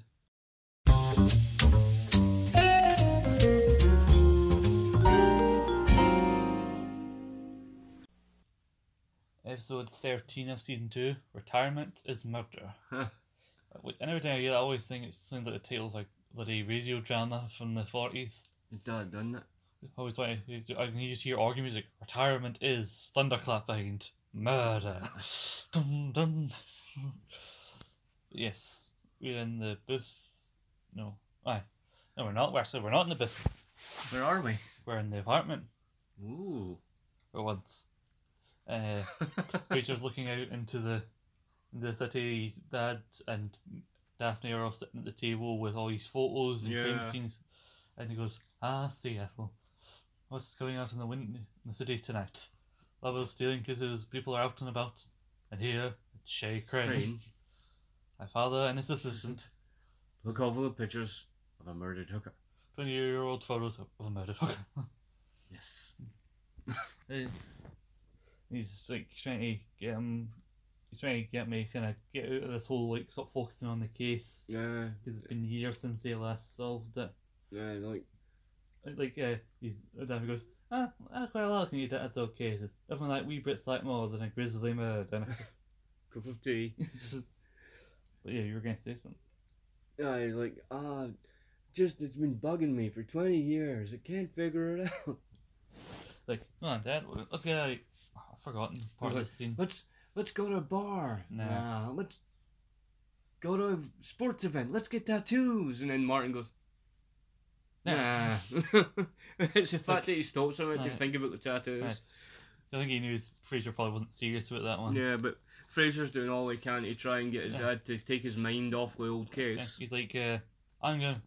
Episode 13 of season 2 Retirement is Murder. Huh. Which, and every time I hear that, I always think it sounds like the title of like bloody radio drama from the 40s. It's done, done it? I always like, I can just hear organ music. Retirement is thunderclap behind murder. <laughs> dun, dun. Yes, we're in the booth. No, aye. No, we're not. We're actually, we're not in the booth. Where are we? We're in the apartment <laughs> Ooh. for once. Uh, Rachel's looking out into the the city. His Dad and Daphne are all sitting at the table with all these photos and crime Yeah. scenes. And he goes, "Ah, Seattle, what's going on in the wind in the city tonight? Lovers stealing kisses. People are out and about. And here, it's Shay Crane, Crane. my father and his assistant, Look over the pictures of a murdered hooker. twenty-year-old photos of a murdered hooker." Yes. Uh, he's like trying to get him. He's trying to get me kind of get out of this whole like stop focusing on the case Yeah. because it's been years since they last solved it. Yeah, like <laughs> Like uh, he's Davy goes, ah, that's quite a lot. Can you do that's okay? He says, nothing like wee bits like more than a grizzly <laughs> murder. cup of tea. but yeah, you were gonna say something. I like ah, just it's been bugging me for twenty years. I can't figure it out. <laughs> Like, come on, Dad, let's get out. Of... Oh, I've forgotten part of like, the scene. Let's let's go to a bar. Nah. Nah, let's go to a sports event. Let's get tattoos. And then Martin goes. Nah. <laughs> Nah. it's the fact Like- that he stops him to Nah. think about the tattoos. I think he knew his- Fraser probably wasn't serious about that one. Yeah, but Fraser's doing all he can to try and get his Yeah. dad to take his mind off the old Yeah, case. he's like, uh, I'm going,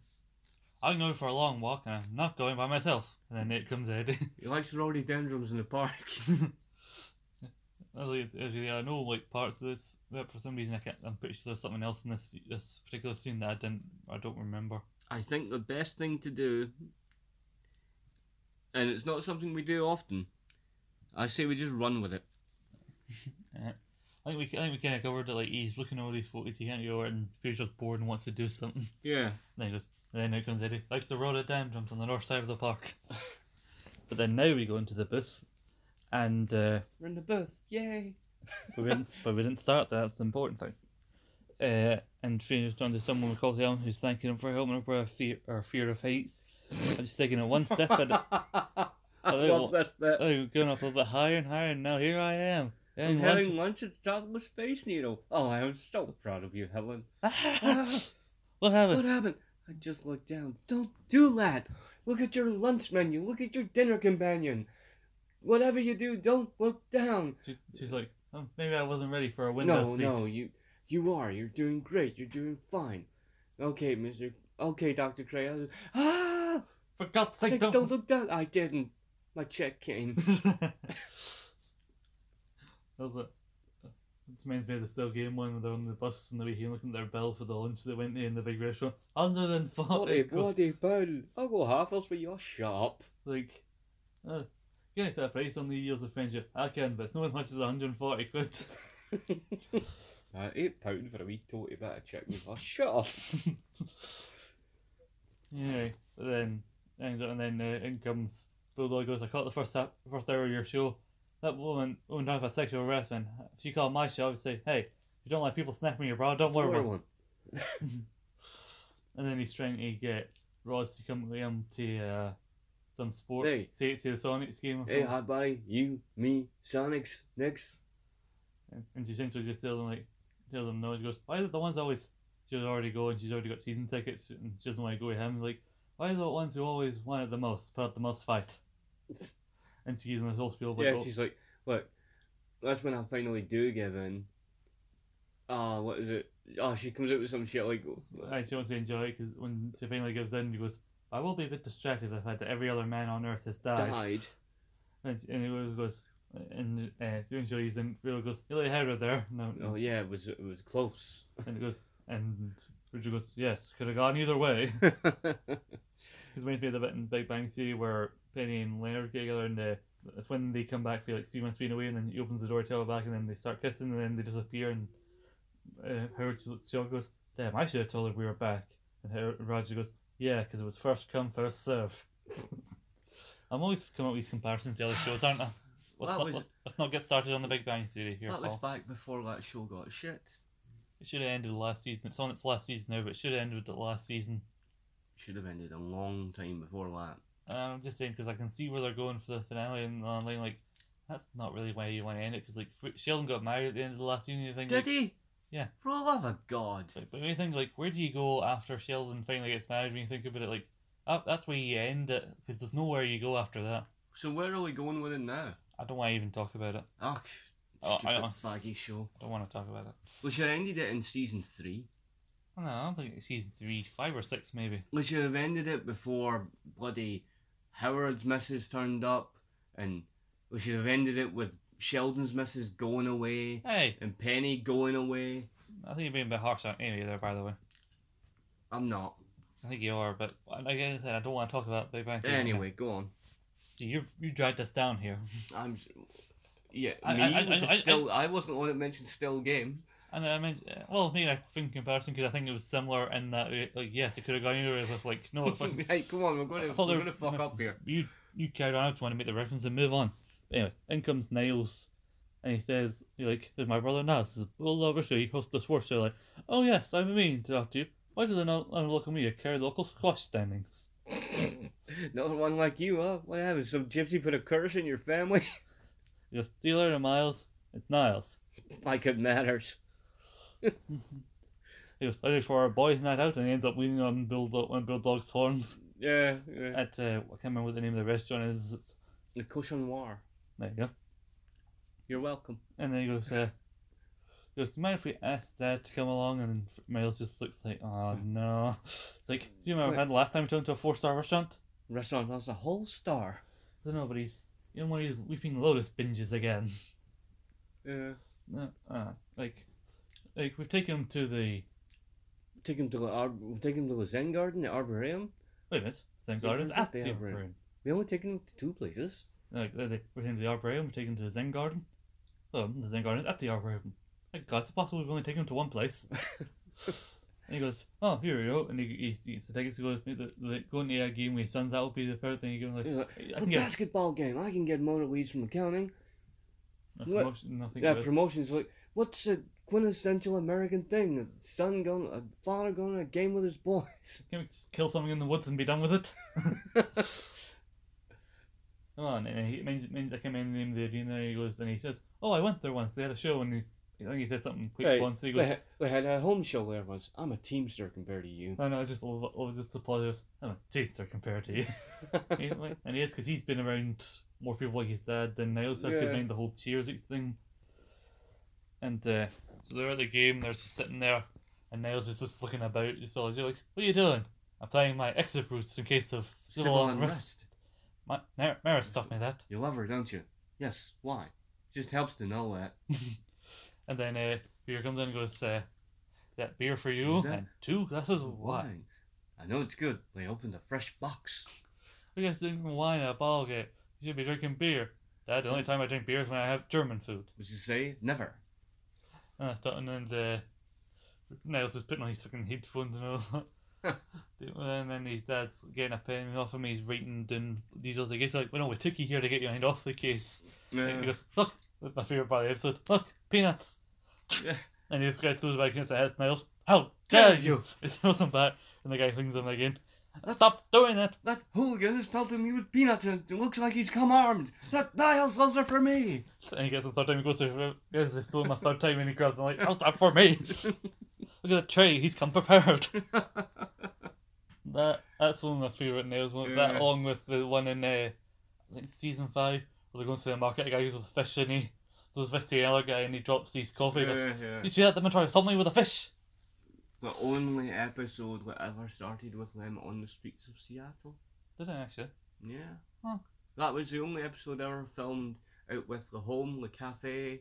I'm going for a long walk, and I'm not going by myself. And then it comes <laughs> Eddie. He likes the rhododendrons in the park. <laughs> I like- I like- I know like parts of this, but for some reason I can't. I'm pretty sure there's something else in this this particular scene that I didn't, I don't remember. I think the best thing to do, and it's not something we do often, I say we just run with it. Uh, I I think we I think we kind of covered it. Like he's looking over these photos, he can't go over it, and Future's bored and wants to do something. <laughs> Yeah. And then he goes, and then out comes Eddie, like the rhododendrons on the north side of the park. <laughs> but then now we go into the booth, and uh, We're in the booth. Yay. but we didn't, but we didn't start that. That's the important thing. Uh, and Trina's turned to someone we call him, who's thanking him for helping her with her fear, her fear of heights. I'm just taking it one step <laughs> at a <laughs> I little- love this bit. Oh, going up a little bit higher and higher, and now here I am. I'm And having lunch at the top of a space needle. Oh, I am so proud of you, <laughs> Helen. Ah, what happened? what happened? I just looked down. Don't do that. Look at your lunch menu. Look at your dinner companion. Whatever you do, don't look down. She, she's like, oh, maybe I wasn't ready for a window no, seat. no, you, you are. You're doing great. You're doing fine. Okay, Mister. Okay, Doctor Cray. I was, ah, For God's Jack, sake, don't... don't. <laughs> look down. I didn't. My check came. that was it. This reminds me of the still game one when they're on the bus and they're looking at their bill for the lunch they went to in the big restaurant. 140 Bloody quid. bloody bell. I'll go half else with your shop. <laughs> Like, uh, you're going to put a price on the years of friendship. I can, but it's not as much as 140 quid. <laughs> Uh, eight pound for a wee toty bit of chicken. Oh, shut up. Yeah, but then and, and then uh, in comes Bulldog goes. I caught the first hap, first hour of your show. That woman owned up for sexual harassment. If you call my show, I would say, hey, if you don't like people snapping your bra, don't wear Another one. one. And then he's trying to get Roz to come with him to uh, some sport. Hey. See, see the Sonics game. Or Hey, <laughs> something. hi, buddy. You, me, Sonics, Nicks. And- And she essentially just tells him like, tells him no. She goes, why is it the ones always? She's already going. She's already got season tickets, and she doesn't want to go with him. Like, why are the ones who always want it the most put up the most fight? <laughs> And she gives him this whole spiel. Like, yeah, oh, she's like, look, that's when I finally do give in. Ah, what is it? Oh, she comes out with some shit like, I she wants to enjoy it because when she finally gives in, she goes, I will be a bit distracted by the fact that every other man on earth has died. died. And, and he goes, and uh, doing so, he's in, Phil goes, you lay her there. No, Oh, yeah, it was, it was close. <laughs> And he goes, and Richard goes, yes, could have gone either way. Because reminds me of the bit in Big Bang Theory where Penny and Leonard get together and uh, it's when they come back for like three months being away and then he opens the door to her back and then they start kissing and then they disappear and uh, Howard Shaw goes, damn, I should have told her we were back. And Howard Roger goes, yeah, because it was first come, first serve. <laughs> I'm always coming up with these comparisons to other shows, aren't I? Let's, That not, was- let's, let's not get started on the Big Bang Theory here, Paul. back before that show got shit. It should have ended last season. It's on its last season now, but it should have ended it last season. Should have ended a long time before that. And Um, I'm just saying because I can see where they're going for the finale, and I'm like, like, that's not really why you want to end it. Because like Fr- Sheldon got married at the end of the last season. You think, like, he? Yeah. For the love of God. but, but when you think like, where do you go after Sheldon finally gets married? When you think about it, like, that, that's where you end it because there's nowhere you go after that. So where are we going with it now? I don't want to even talk about it. Ugh, Oh, I stupid don't- faggy show. I don't want to talk about it. We should have ended it in season three. I don't know. I'm thinking season three, five or six maybe. We should have ended it before bloody Howard's missus turned up, and we should have ended it with Sheldon's missus going away Hey, and Penny going away. I think you're being a bit harsh on Amy there, by the way. I'm not. I think you are, but like I said, I don't want to talk about Big Bang Theory. Anyway, go on. See, you you dragged us down here. I'm. s- Yeah, I- me. I- I- with the I- I- still, I, wasn't the one that mentioned <laughs> still game. And I meant, uh, well, it made a fucking comparison because I think it was similar in that, uh, like, yes, it could have gone either way. But like, no, it <laughs> fucking hey, come on, we're going I to thought we're they going to were- fuck <laughs> up here. you you carried on. I just want to make the reference and move on. But anyway, in comes Niles, and he says, "You're like, there's my brother Niles. He's a bulldog show. He hosts this war show. Like, oh yes, I'm meaning to talk to you. Why do they not on local media carry local squash standings? Another one like you, huh? What happened? Some gypsy put a curse in your family? <laughs> He goes, see you later, Miles. It's Niles. like it matters. He goes, ready for our boys' night out, and he ends up leaning on bulldog on bulldog's horns Yeah, yeah. at uh, I can't remember what the name of the restaurant is. It's- The Cushion War. There you go. You're welcome. And then he goes, uh, he goes, do you mind if we ask Dad to come along? And Miles just looks like, oh no. It's like, do you remember Wait. when the last time we went to a four star restaurant? Restaurant has a whole star. I don't know, but he's in one of these Weeping Lotus binges again. Yeah. Uh, uh, like, like we've taken him to the. Take him to the Ar- we'll take him to the Zen Garden, the Arboreum. Wait a minute. Zen So Gardens where's that at the they are, right? Arboreum. We only taken him to two places. <laughs> uh, Like, they, they, we're taken to the Arboreum, we take him to the Zen Garden. Well, the Zen Garden at the Arboreum. My God, it's possible we've only taken him to one <laughs> place. and he goes, "Oh, here we go." And he, he, he eats the tickets. He goes, the, the, "Going to a game with his sons. That will be the third thing." He goes, He's "Like, like, I Uh, "The can get basketball game. I can get motor leads from accounting. a what- promotion." Nothing. Yeah, else." promotions. Like, what's a quintessential American thing? A son going, a father going to a game with his boys. Can we just kill something in the woods and be done with it? <laughs> Come on, and he mentions, mentions I can't remember the name of the arena. And he goes and he says, "Oh, I went there once. They had a show, and he's, I think he said something quick Hey, once. So he They goes, had, they had a home show there once. I'm a teamster compared to you. "No, no, it's just all, all just apologise. I'm a teacher compared <laughs> to you." and he- like- and he is because he's been around more people like his dad than Niles has. Yeah. Because the whole Cheers thing. And uh, so they're at the game. They're just sitting there, and Niles is just looking about. Just all like, "What are you doing?" I'm planning my exit routes in case of civil, unrest. Ma- Mar- Maris taught me that. <laughs> You love her, don't you? Yes. Why? Just helps to know that. And then uh, beer comes in and goes, uh, that beer for you That- and two glasses of wine. I know it's good. They opened a fresh box. You guys drinking wine at a ball game. You should be drinking beer. Dad, the only time I drink beer is when I have German food. Would you say never? And I thought, and then the Niles is putting on his fucking headphones and all <laughs> that. and then his dad's getting a pen off him, he's writing down these other guys. Like, well, no, we took you here to get your hand off the case. And he goes, look, that's my favourite part of the episode, look, <laughs> peanuts. Yeah. And this guy throws back against the head, Niles, how dare you! <laughs> He throws him back, and the guy flings him again. Stop doing that! That hooligan is pelting me with peanuts and it looks like he's come armed. That Niles loves her for me. <laughs> And he gets him third time, he goes to he gets to throw him a third time, and he grabs him like, how's that for me? <laughs> Look at the tray, he's come <laughs> prepared. That that's one of my favourite nails. One, Yeah. That along with the one in uh, I think season five where they're going to the market. A guy goes with a fish and he throws a fish to another guy and he drops his coffee. He goes, yeah. you see that? They've been trying to assault me with a fish. The only episode that ever started with them on the streets of Seattle. Did I actually? Yeah. Huh. That was the only episode ever filmed out with the home, the cafe,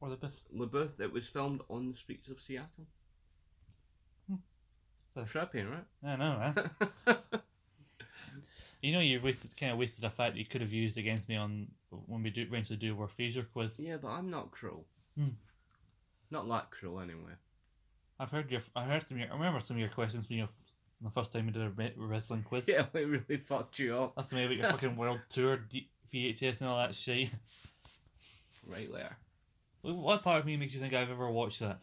Or the best? the booth. It was filmed on the streets of Seattle. Hmm. The, Trippy, I know, man. <laughs> right? you know, you wasted kind of wasted a fact you could have used against me on when we do eventually do our Fraser quiz. yeah, but I'm not cruel. Hmm. Not that cruel, anyway. <laughs> I've heard your, I heard some of your, I remember some of your questions from your f- the first time we did a re- wrestling quiz. Yeah, we really fucked you up. That's me about <laughs> your fucking world tour, D- VHS, and all that shit. <laughs> Right there. Wh- What part of me makes you think I've ever watched that?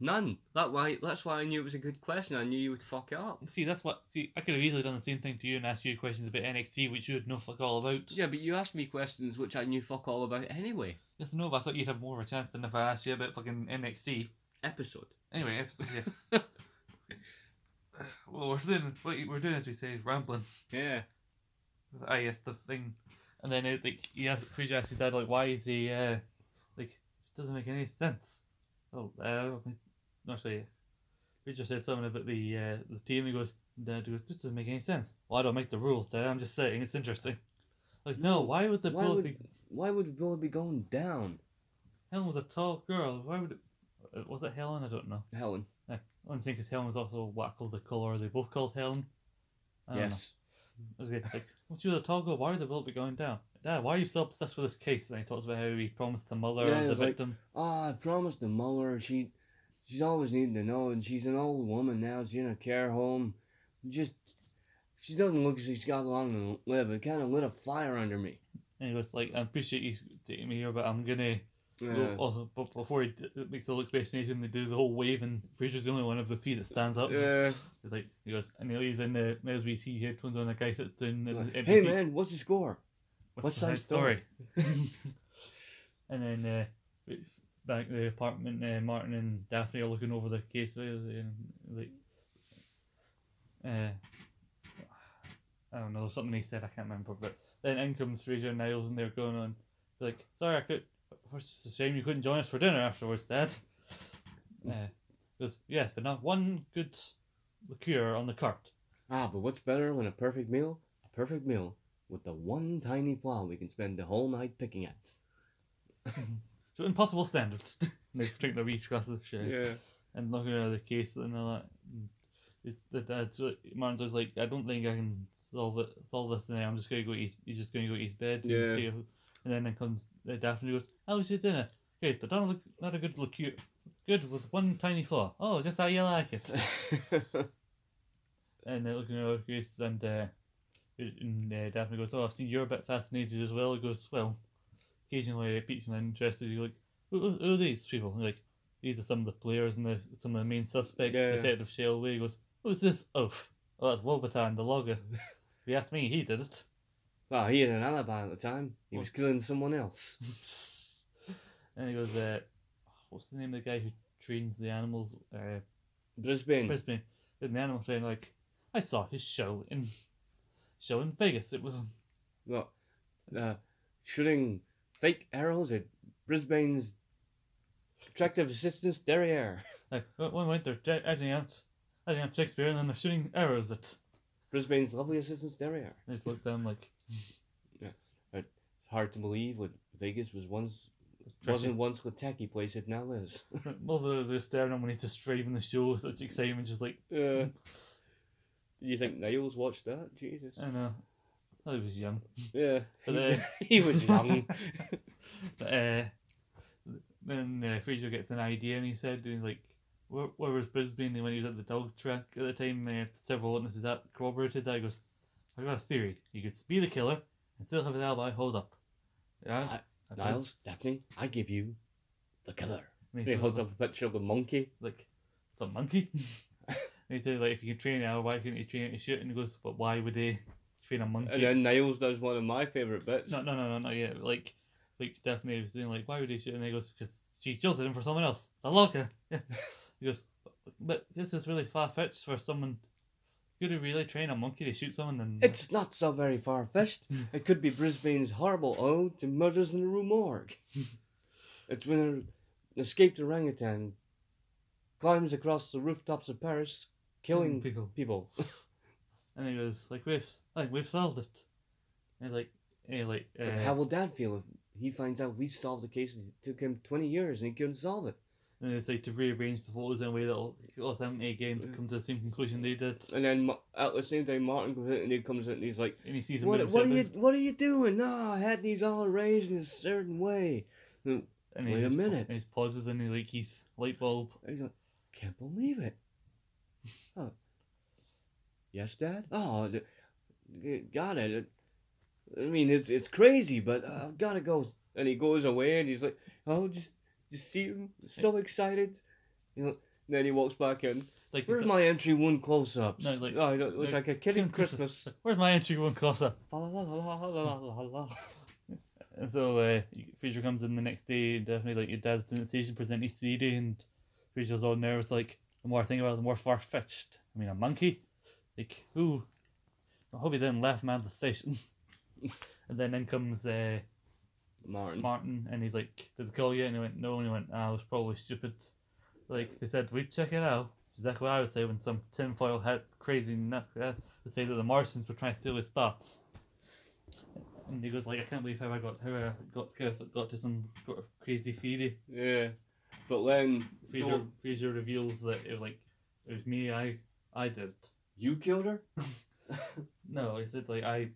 None. That why. That's why I knew it was a good question. I knew you would fuck it up. See, that's what. See, I could have easily done the same thing to you and asked you questions about NXT, which you would know fuck all about. Yeah, but you asked me questions which I knew fuck all about anyway. Yes, no, but I thought you'd have more of a chance than if I asked you about fucking NXT. Episode. Anyway, episode <laughs> yes. well, we're doing what you- we're doing as we say, rambling. Yeah. Ah, yes, the thing. And then it like yeah, Fraser asked his dad like, why is he uh, like it doesn't make any sense. Oh, uh, no, sorry. Fraser said something about the uh, the team. He goes, Dad goes, this doesn't make any sense. Well, I don't make the rules, Dad. I'm just saying it's interesting. Like, no, why would the Why bullet would- be? Why would Bill be going down, Helen was a tall girl. Why would it? uh, Was it Helen? I don't know. Helen? I'm saying because Helen was also what I called the colour. They both called Helen. I don't know. yes. I was like, "Oh, "What you the Togo? Why would the world be going down? Dad, why are you so obsessed with this case?" And he talks about how he promised the mother Yeah, of it the was like- victim. Ah, I promised to mull her. She, she's always needed to know, and she's an old woman now. She's in a care home. Just, she doesn't look as she's got long to live. It kind of lit a fire under me. And he was like, "I appreciate you taking me here, but I'm gonna." go- Yeah. Also, but before he d- makes the look destination, they do the whole wave, and Fraser's the only one of the three that stands up. Yeah. He's like, he goes, and he leaves in the Niles VC headphones on. The guy sits down. in Like, the uh, hey NBC. man, what's the score? What's the Side side Story? <laughs> and then uh, it's back the apartment, uh, Martin and Daphne are looking over the case. uh, And, like, uh, I don't know something he said. I can't remember. But then in comes Fraser and Niles, and they're going on like, "Sorry, I could. It's just a shame you couldn't join us for dinner afterwards, Dad." <laughs> Uh, goes, "Yes, but not one good liqueur on the cart." Ah, but what's better than a perfect meal? A perfect meal with the one tiny flaw we can spend the whole night picking at. So impossible standards. <laughs> they drink their each glass of shit. and looking at the case and all that. And it, the dad's like, Martin's like, I don't think I can solve it, solve this tonight. I'm just gonna go. Eat, he's just gonna go to his bed. Yeah. And, take a- and then in comes uh, Daphne. and Goes, how was your dinner? Good, but not a, look- not a good look. cute. Good with one tiny flaw. Oh, just how you like it. and uh, looking over Chris and uh, and uh, Daphne goes, "Oh, I've seen you're a bit fascinated as well." He goes, "Well, occasionally it piques my interest." You're like, who, who- who are these people?" And you're like, these are some of the players and the, some of the main suspects. Yeah, yeah. Detective Shale Way goes, "Who's this oaf?" Oh, that's Wobotan, the logger. <laughs> if you ask me, he did it. <laughs> <laughs> well, he had an alibi at the time. He was killing someone else. and he goes, uh, "What's the name of the guy who trains the animals?" Uh, Brisbane. Brisbane, and the animal trainer like, I saw his show in show in Vegas. It was Look, uh, shooting fake arrows at Brisbane's attractive assistant's derriere. like one went there j- acting out, acting out Shakespeare, and then they're shooting arrows at. Brisbane's lovely assistant's derriere. And just looked down like It's hard to believe what Vegas was once wasn't once the tacky place it now is. <laughs> <laughs> well, they're, they're staring at when he's just driving the show with such excitement, just like Uh, you think Niles watched that? Jesus. I don't know. I was young, Yeah. but uh, <laughs> he was <laughs> young. but uh, then uh, Fraser gets an idea, and he said, doing like. Where, where was Brisbane when he was at the dog track at the time? Uh, several witnesses that corroborated that. He goes, I've got a theory. You could be the killer and still have an alibi. Hold up. Yeah. I- I think- Niles, Daphne, I give you the killer. I mean, He so holds the- up a picture of a monkey. like the monkey. <laughs> and he said, like, if you can train an owl, why couldn't you train it to shoot? And he goes, but why would they train a monkey? And then Niles does one of my favourite bits. No, no, no, no, not yet. Like, like Daphne was saying, like, why would they shoot? And he goes, because she jilted him for someone else. The <laughs> locker. Yeah. <laughs> he goes, but this is really far fetched for someone. Could you really train a monkey to shoot someone? And It's not so very far fetched. It could be Brisbane's horrible ode to murders in the Rue Morgue. it's when an escaped orangutan climbs across the rooftops of Paris, killing people. people. And he goes, like, we've, like, we've solved it. And like, and like, uh, How will Dad feel if he finds out we solved a case that took him 20 years and he couldn't solve it? and it's like to rearrange the photos in a way that'll cause them again to come to the same conclusion they did. And then Ma- at the same time, Martin comes in and he comes in and he's like, And he sees him. what, doing what are you something, What are you doing? No, I had these all arranged in a certain way. And And he Wait a just- minute. And he pauses and he like he's light bulb. He's like, can't believe it. <laughs> Oh. Yes, Dad? Oh, th- g- got it. I mean, it's it's crazy, but uh, I've got to go. And he goes away and he's like, oh, just, just see him. So excited. You know, then he walks back in. Like Where's he's my entry one close ups? No, like- oh, it looks no, like a kid in Kim Christmas. <laughs> Where's my entry one closer? <laughs> La, la, la, la, la, la, la, la. And so uh, Fraser comes in the next day and definitely like your dad's in the station presenting his CD and Fraser's all nervous like the more I think about it, the more far fetched. I mean a monkey? Like who I hope he didn't laugh him out of the station. <laughs> and then in comes uh, Martin. Martin and he's like, Did they call you? And he went, No. And he went, ah, I was probably stupid. Like, they said, We'd check it out. Exactly what I would say when some tinfoil hat crazy nut uh, would say that the Martians were trying to steal his thoughts. And he goes like, I can't believe how I got how I got got to some sort of crazy theory. Yeah. But then, Fraser Don't- Fraser reveals that it was like it was me. I I did it. you killed her? No, he said like I,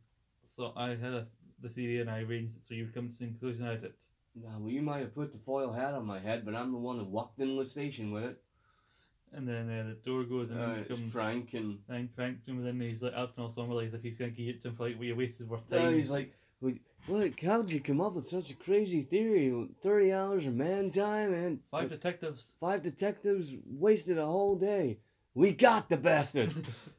so I had a, the theory and I arranged it so you would come to the conclusion I did. No, well, you might have put the foil hat on my head, but I'm the one who walked into the station with it. And then uh, the door goes and Uh, then it's comes Frank and And Frank and then he's like up and also realised if he's gonna get it to him for like we wasted worth Uh, time. he's like, "Well, "Look, how'd you come up with such a crazy theory? Thirty hours of man time and Five uh, detectives five detectives wasted a whole day. We got <laughs> the bastard."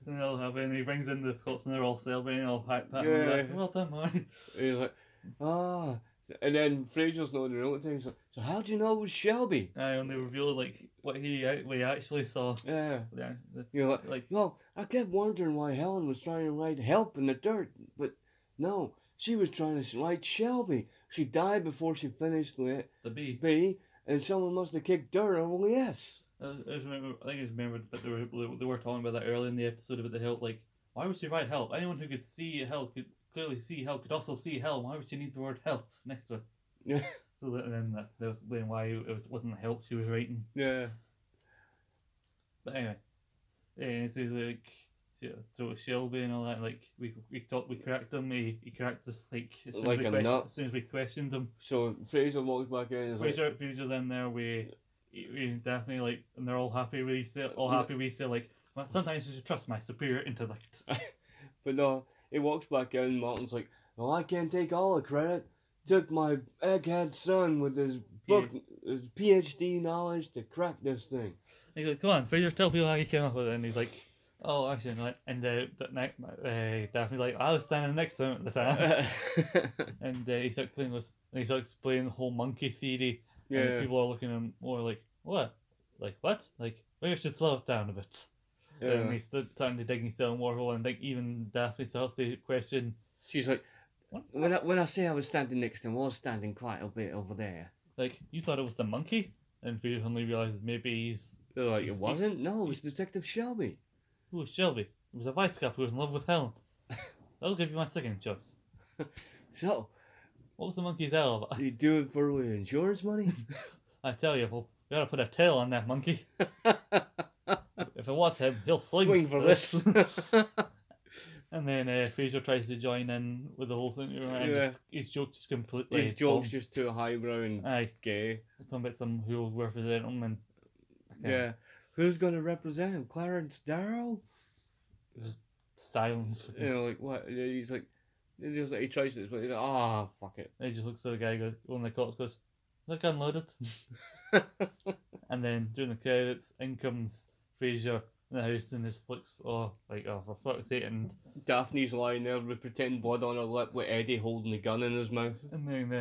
and they'll have and he brings in the cops and they're all celebrating all hype pat and like, Yeah. well done <laughs> Martin. he's like, "Ah." And then Fraser's not there all the time. He's like, "So how'd you know it was Shelby?" I only revealed like what he act- we actually saw. Yeah. Yeah, the- You're like, Like Well, I kept wondering why Helen was trying to write help in the dirt, but no, she was trying to write Shelby. She died before she finished the the bee. B, and someone must have kicked dirt over the S. I I just remember I think I just remembered but they were they were talking about that earlier in the episode about the help like why would she write help? Anyone who could see hell could clearly see hell could also see hell. Why would she need the word help next to it? Yeah. So that, and then that, that was explaining why it was, wasn't help she was writing. Yeah. But anyway, yeah, so he's eh, like, so throw a Shelby and all that. Like we we talked, we cracked him. He, he cracked us like as soon, Like as, a we question, nut. as soon as we questioned him. So Fraser walks back in. And is like, Fraser Fraser's in there. We we definitely like, and they're all happy. We say all Yeah. happy. We say like, well, sometimes you should trust my superior <laughs> intellect. but no, he walks back in. Martin's like, "Well, I can't take all the credit. Took my egghead son with his book, his PhD knowledge to crack this <laughs> thing." <laughs> And he's like, come on, Fraser, tell people how you came up with it. And he's like, oh, actually, not. And uh, that night, my- uh, Daphne's like, I was standing next to him at the <laughs> time. and uh, he starts explaining this, and he starts explaining the whole monkey theory. And yeah, people are looking at him more like, what? Like, what? Like, maybe I should slow it down a bit. yeah. And he's st- starting to dig himself in more hole, and like, even Daphne starts to question, She's like, What? when I, when I say I was standing next to him, I was standing quite a bit over there. like, you thought it was the monkey? And Fraser suddenly realizes maybe he's, They're like, it He's- wasn't? No, it was Detective Shelby. who was Shelby? It was a vice cop who was in love with <laughs> Helen. that was going to be my second choice. So, What was the monkey's tail about? you do it for the insurance <laughs> money? I tell you, well, we gotta put a tail on that <laughs> monkey. if it was him, he'll swing, Swing for this. <laughs> <laughs> and then uh, Fraser tries to join in with the whole thing, you know, and Yeah. just, his joke's completely. <laughs> His joke's bomb. just too highbrow and Aye, gay. talking about some who will represent him, and Yeah. Who's going to represent him? Clarence Darrow? silence. You know, like, what? Yeah, He's like, he just like, he tries this, but he's like, ah, fuck it. He just looks at the guy, goes, one of the cops goes, "Look, unloaded." and then during the credits, in comes Fraser in the house and just looks, oh, like, oh, for fuck's sake, and Daphne's lying there with pretend blood on her lip with Eddie holding the gun in his mouth. <laughs> And then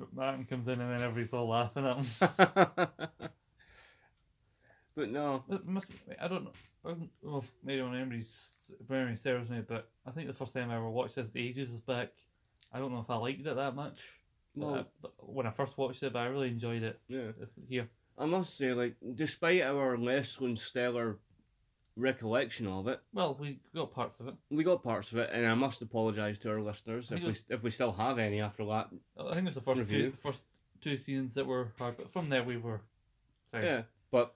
uh, Martin comes in and then everybody's all laughing at him. but no. It must, I don't know. I don't know if maybe my memory's, memory serves me, but I think the first time I ever watched this ages back. I don't know if I liked it that much. But, I, Well, but when I first watched it, but I really enjoyed it. yeah. It's Here, I must say, like, despite our less than stellar recollection of it, well, we got parts of it. we got parts of it, and I must apologise to our listeners if we if we still have any after that. I think it was the first two, Review. first two seasons that were hard, but from there we were. fair. Yeah, but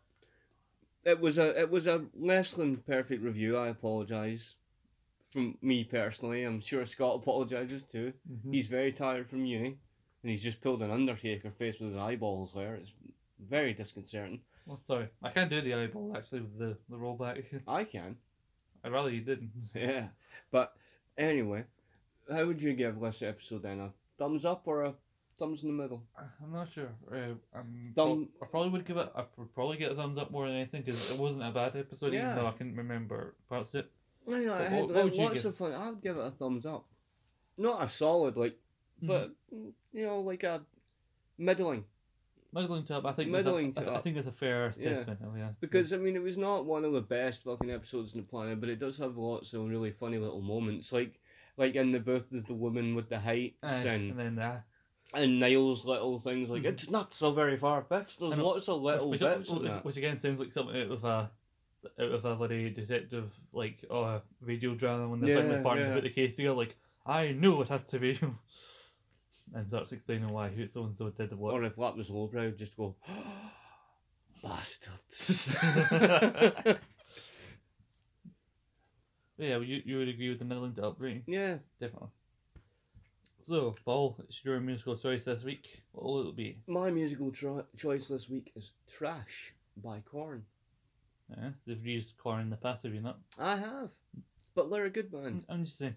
it was a it was a less than perfect review. I apologise from me personally. I'm sure Scott apologises too. Mhm. He's very tired from uni, and he's just pulled an Undertaker face with his eyeballs there. It's very disconcerting. Well, sorry, I can't do the eyeball actually with the the rollback. <laughs> I can, I'd rather you didn't. yeah. But anyway, how would you give this episode then? A thumbs up or a thumbs in the middle? I'm not sure. Uh, I'm Thumb- pro- I probably would give it. I would probably get a thumbs up more than anything because it wasn't a bad episode, Yeah. even though I couldn't remember parts of it. No, no, I But had what- what like, would you lots give? of fun. I'd give it a thumbs up. Not a solid, like, Mm-hmm. but mm, you know, like a middling. middling to up, I think. Middling Middling to I, up. think it's a fair assessment. I'll be honest. Because I mean, it was not one of the best fucking episodes on the planet, but it does have lots of really funny little moments, like like in the birth of the woman with the heights Aye, and and Mm-hmm. then uh, that. and Niall's little things. Like Mhm. it's not so very far fetched. There's I know. lots of little which, bits. which, in which, Oh, that. which again sounds like something out of a out of a bloody detective like or a radio drama when they're suddenly Yeah, parting yeah. to put the case together. Like I knew it had to be. <laughs> And starts explaining why who so and so did what. Or if that was lowbrow, just go, <gasps> bastards. <laughs> But yeah, you, you would agree with the middling to upbringing, yeah. definitely. So, Paul, it's your musical choice this week. What will it be? My musical tro- choice this week is Trash by Korn. Yeah, Eh? you've used corn in the past, have you not? I have. But they're a good band. I'm just saying.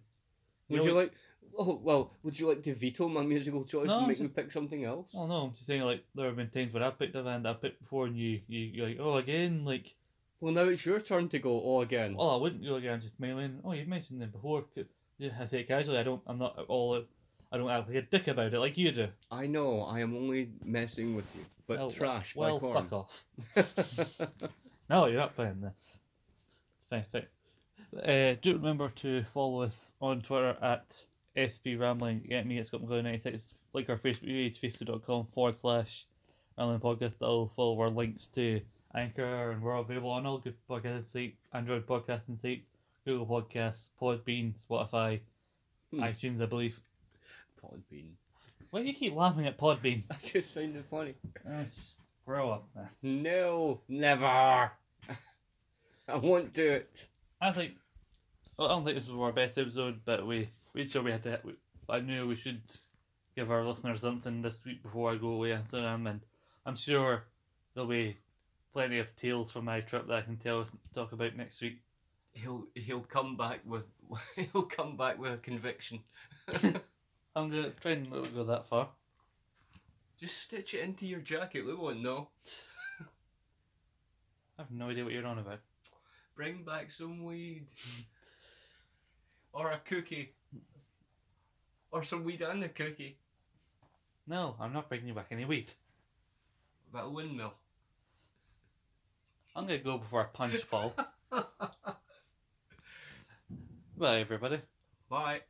Would know, you like Oh well, would you like to veto my musical choice No, and I'm make me just- pick something else? Oh no, I'm just saying like there have been times where I picked a band I picked before and you, you you're like oh again like Well now it's your turn to go oh again. oh I wouldn't go again I'm just mailing oh you mentioned them before C- yeah I say it casually I don't I'm not at all I don't act like a dick about it like you do I know, I am only messing with you. But Well, trash well by Korn. fuck off <laughs> No, you're not playing there. It's fine, fine. Uh, do remember to follow us on Twitter at SB Rambling. Get me at ScotlandGlow96. Like our Facebook page, facebook.com forward slash Rambling Podcast. That'll follow our links to Anchor, and we're available on all good podcasting sites, Android podcasting sites, Google Podcasts, Podbean, Spotify, Hmm. iTunes, I believe. Podbean. Why do you keep laughing at Podbean? <laughs> I just find it funny. grow up, man. No, never. <laughs> I won't do it. I think I don't think this was our best episode, but we we sure we had to. We, I knew we should give our listeners something this week before I go away and so on, and I'm sure there'll be plenty of tales from my trip that I can tell talk about next week. He'll he'll come back with <laughs> he'll come back with a conviction. I'm gonna try and not go that far. Just stitch it into your jacket. We won't know. I have no idea what you're on about. Bring back some weed, <laughs> or a cookie, or some weed and a cookie. No, I'm not bringing back any weed. About a windmill. I'm gonna go before I punch Paul. Bye, everybody. Bye.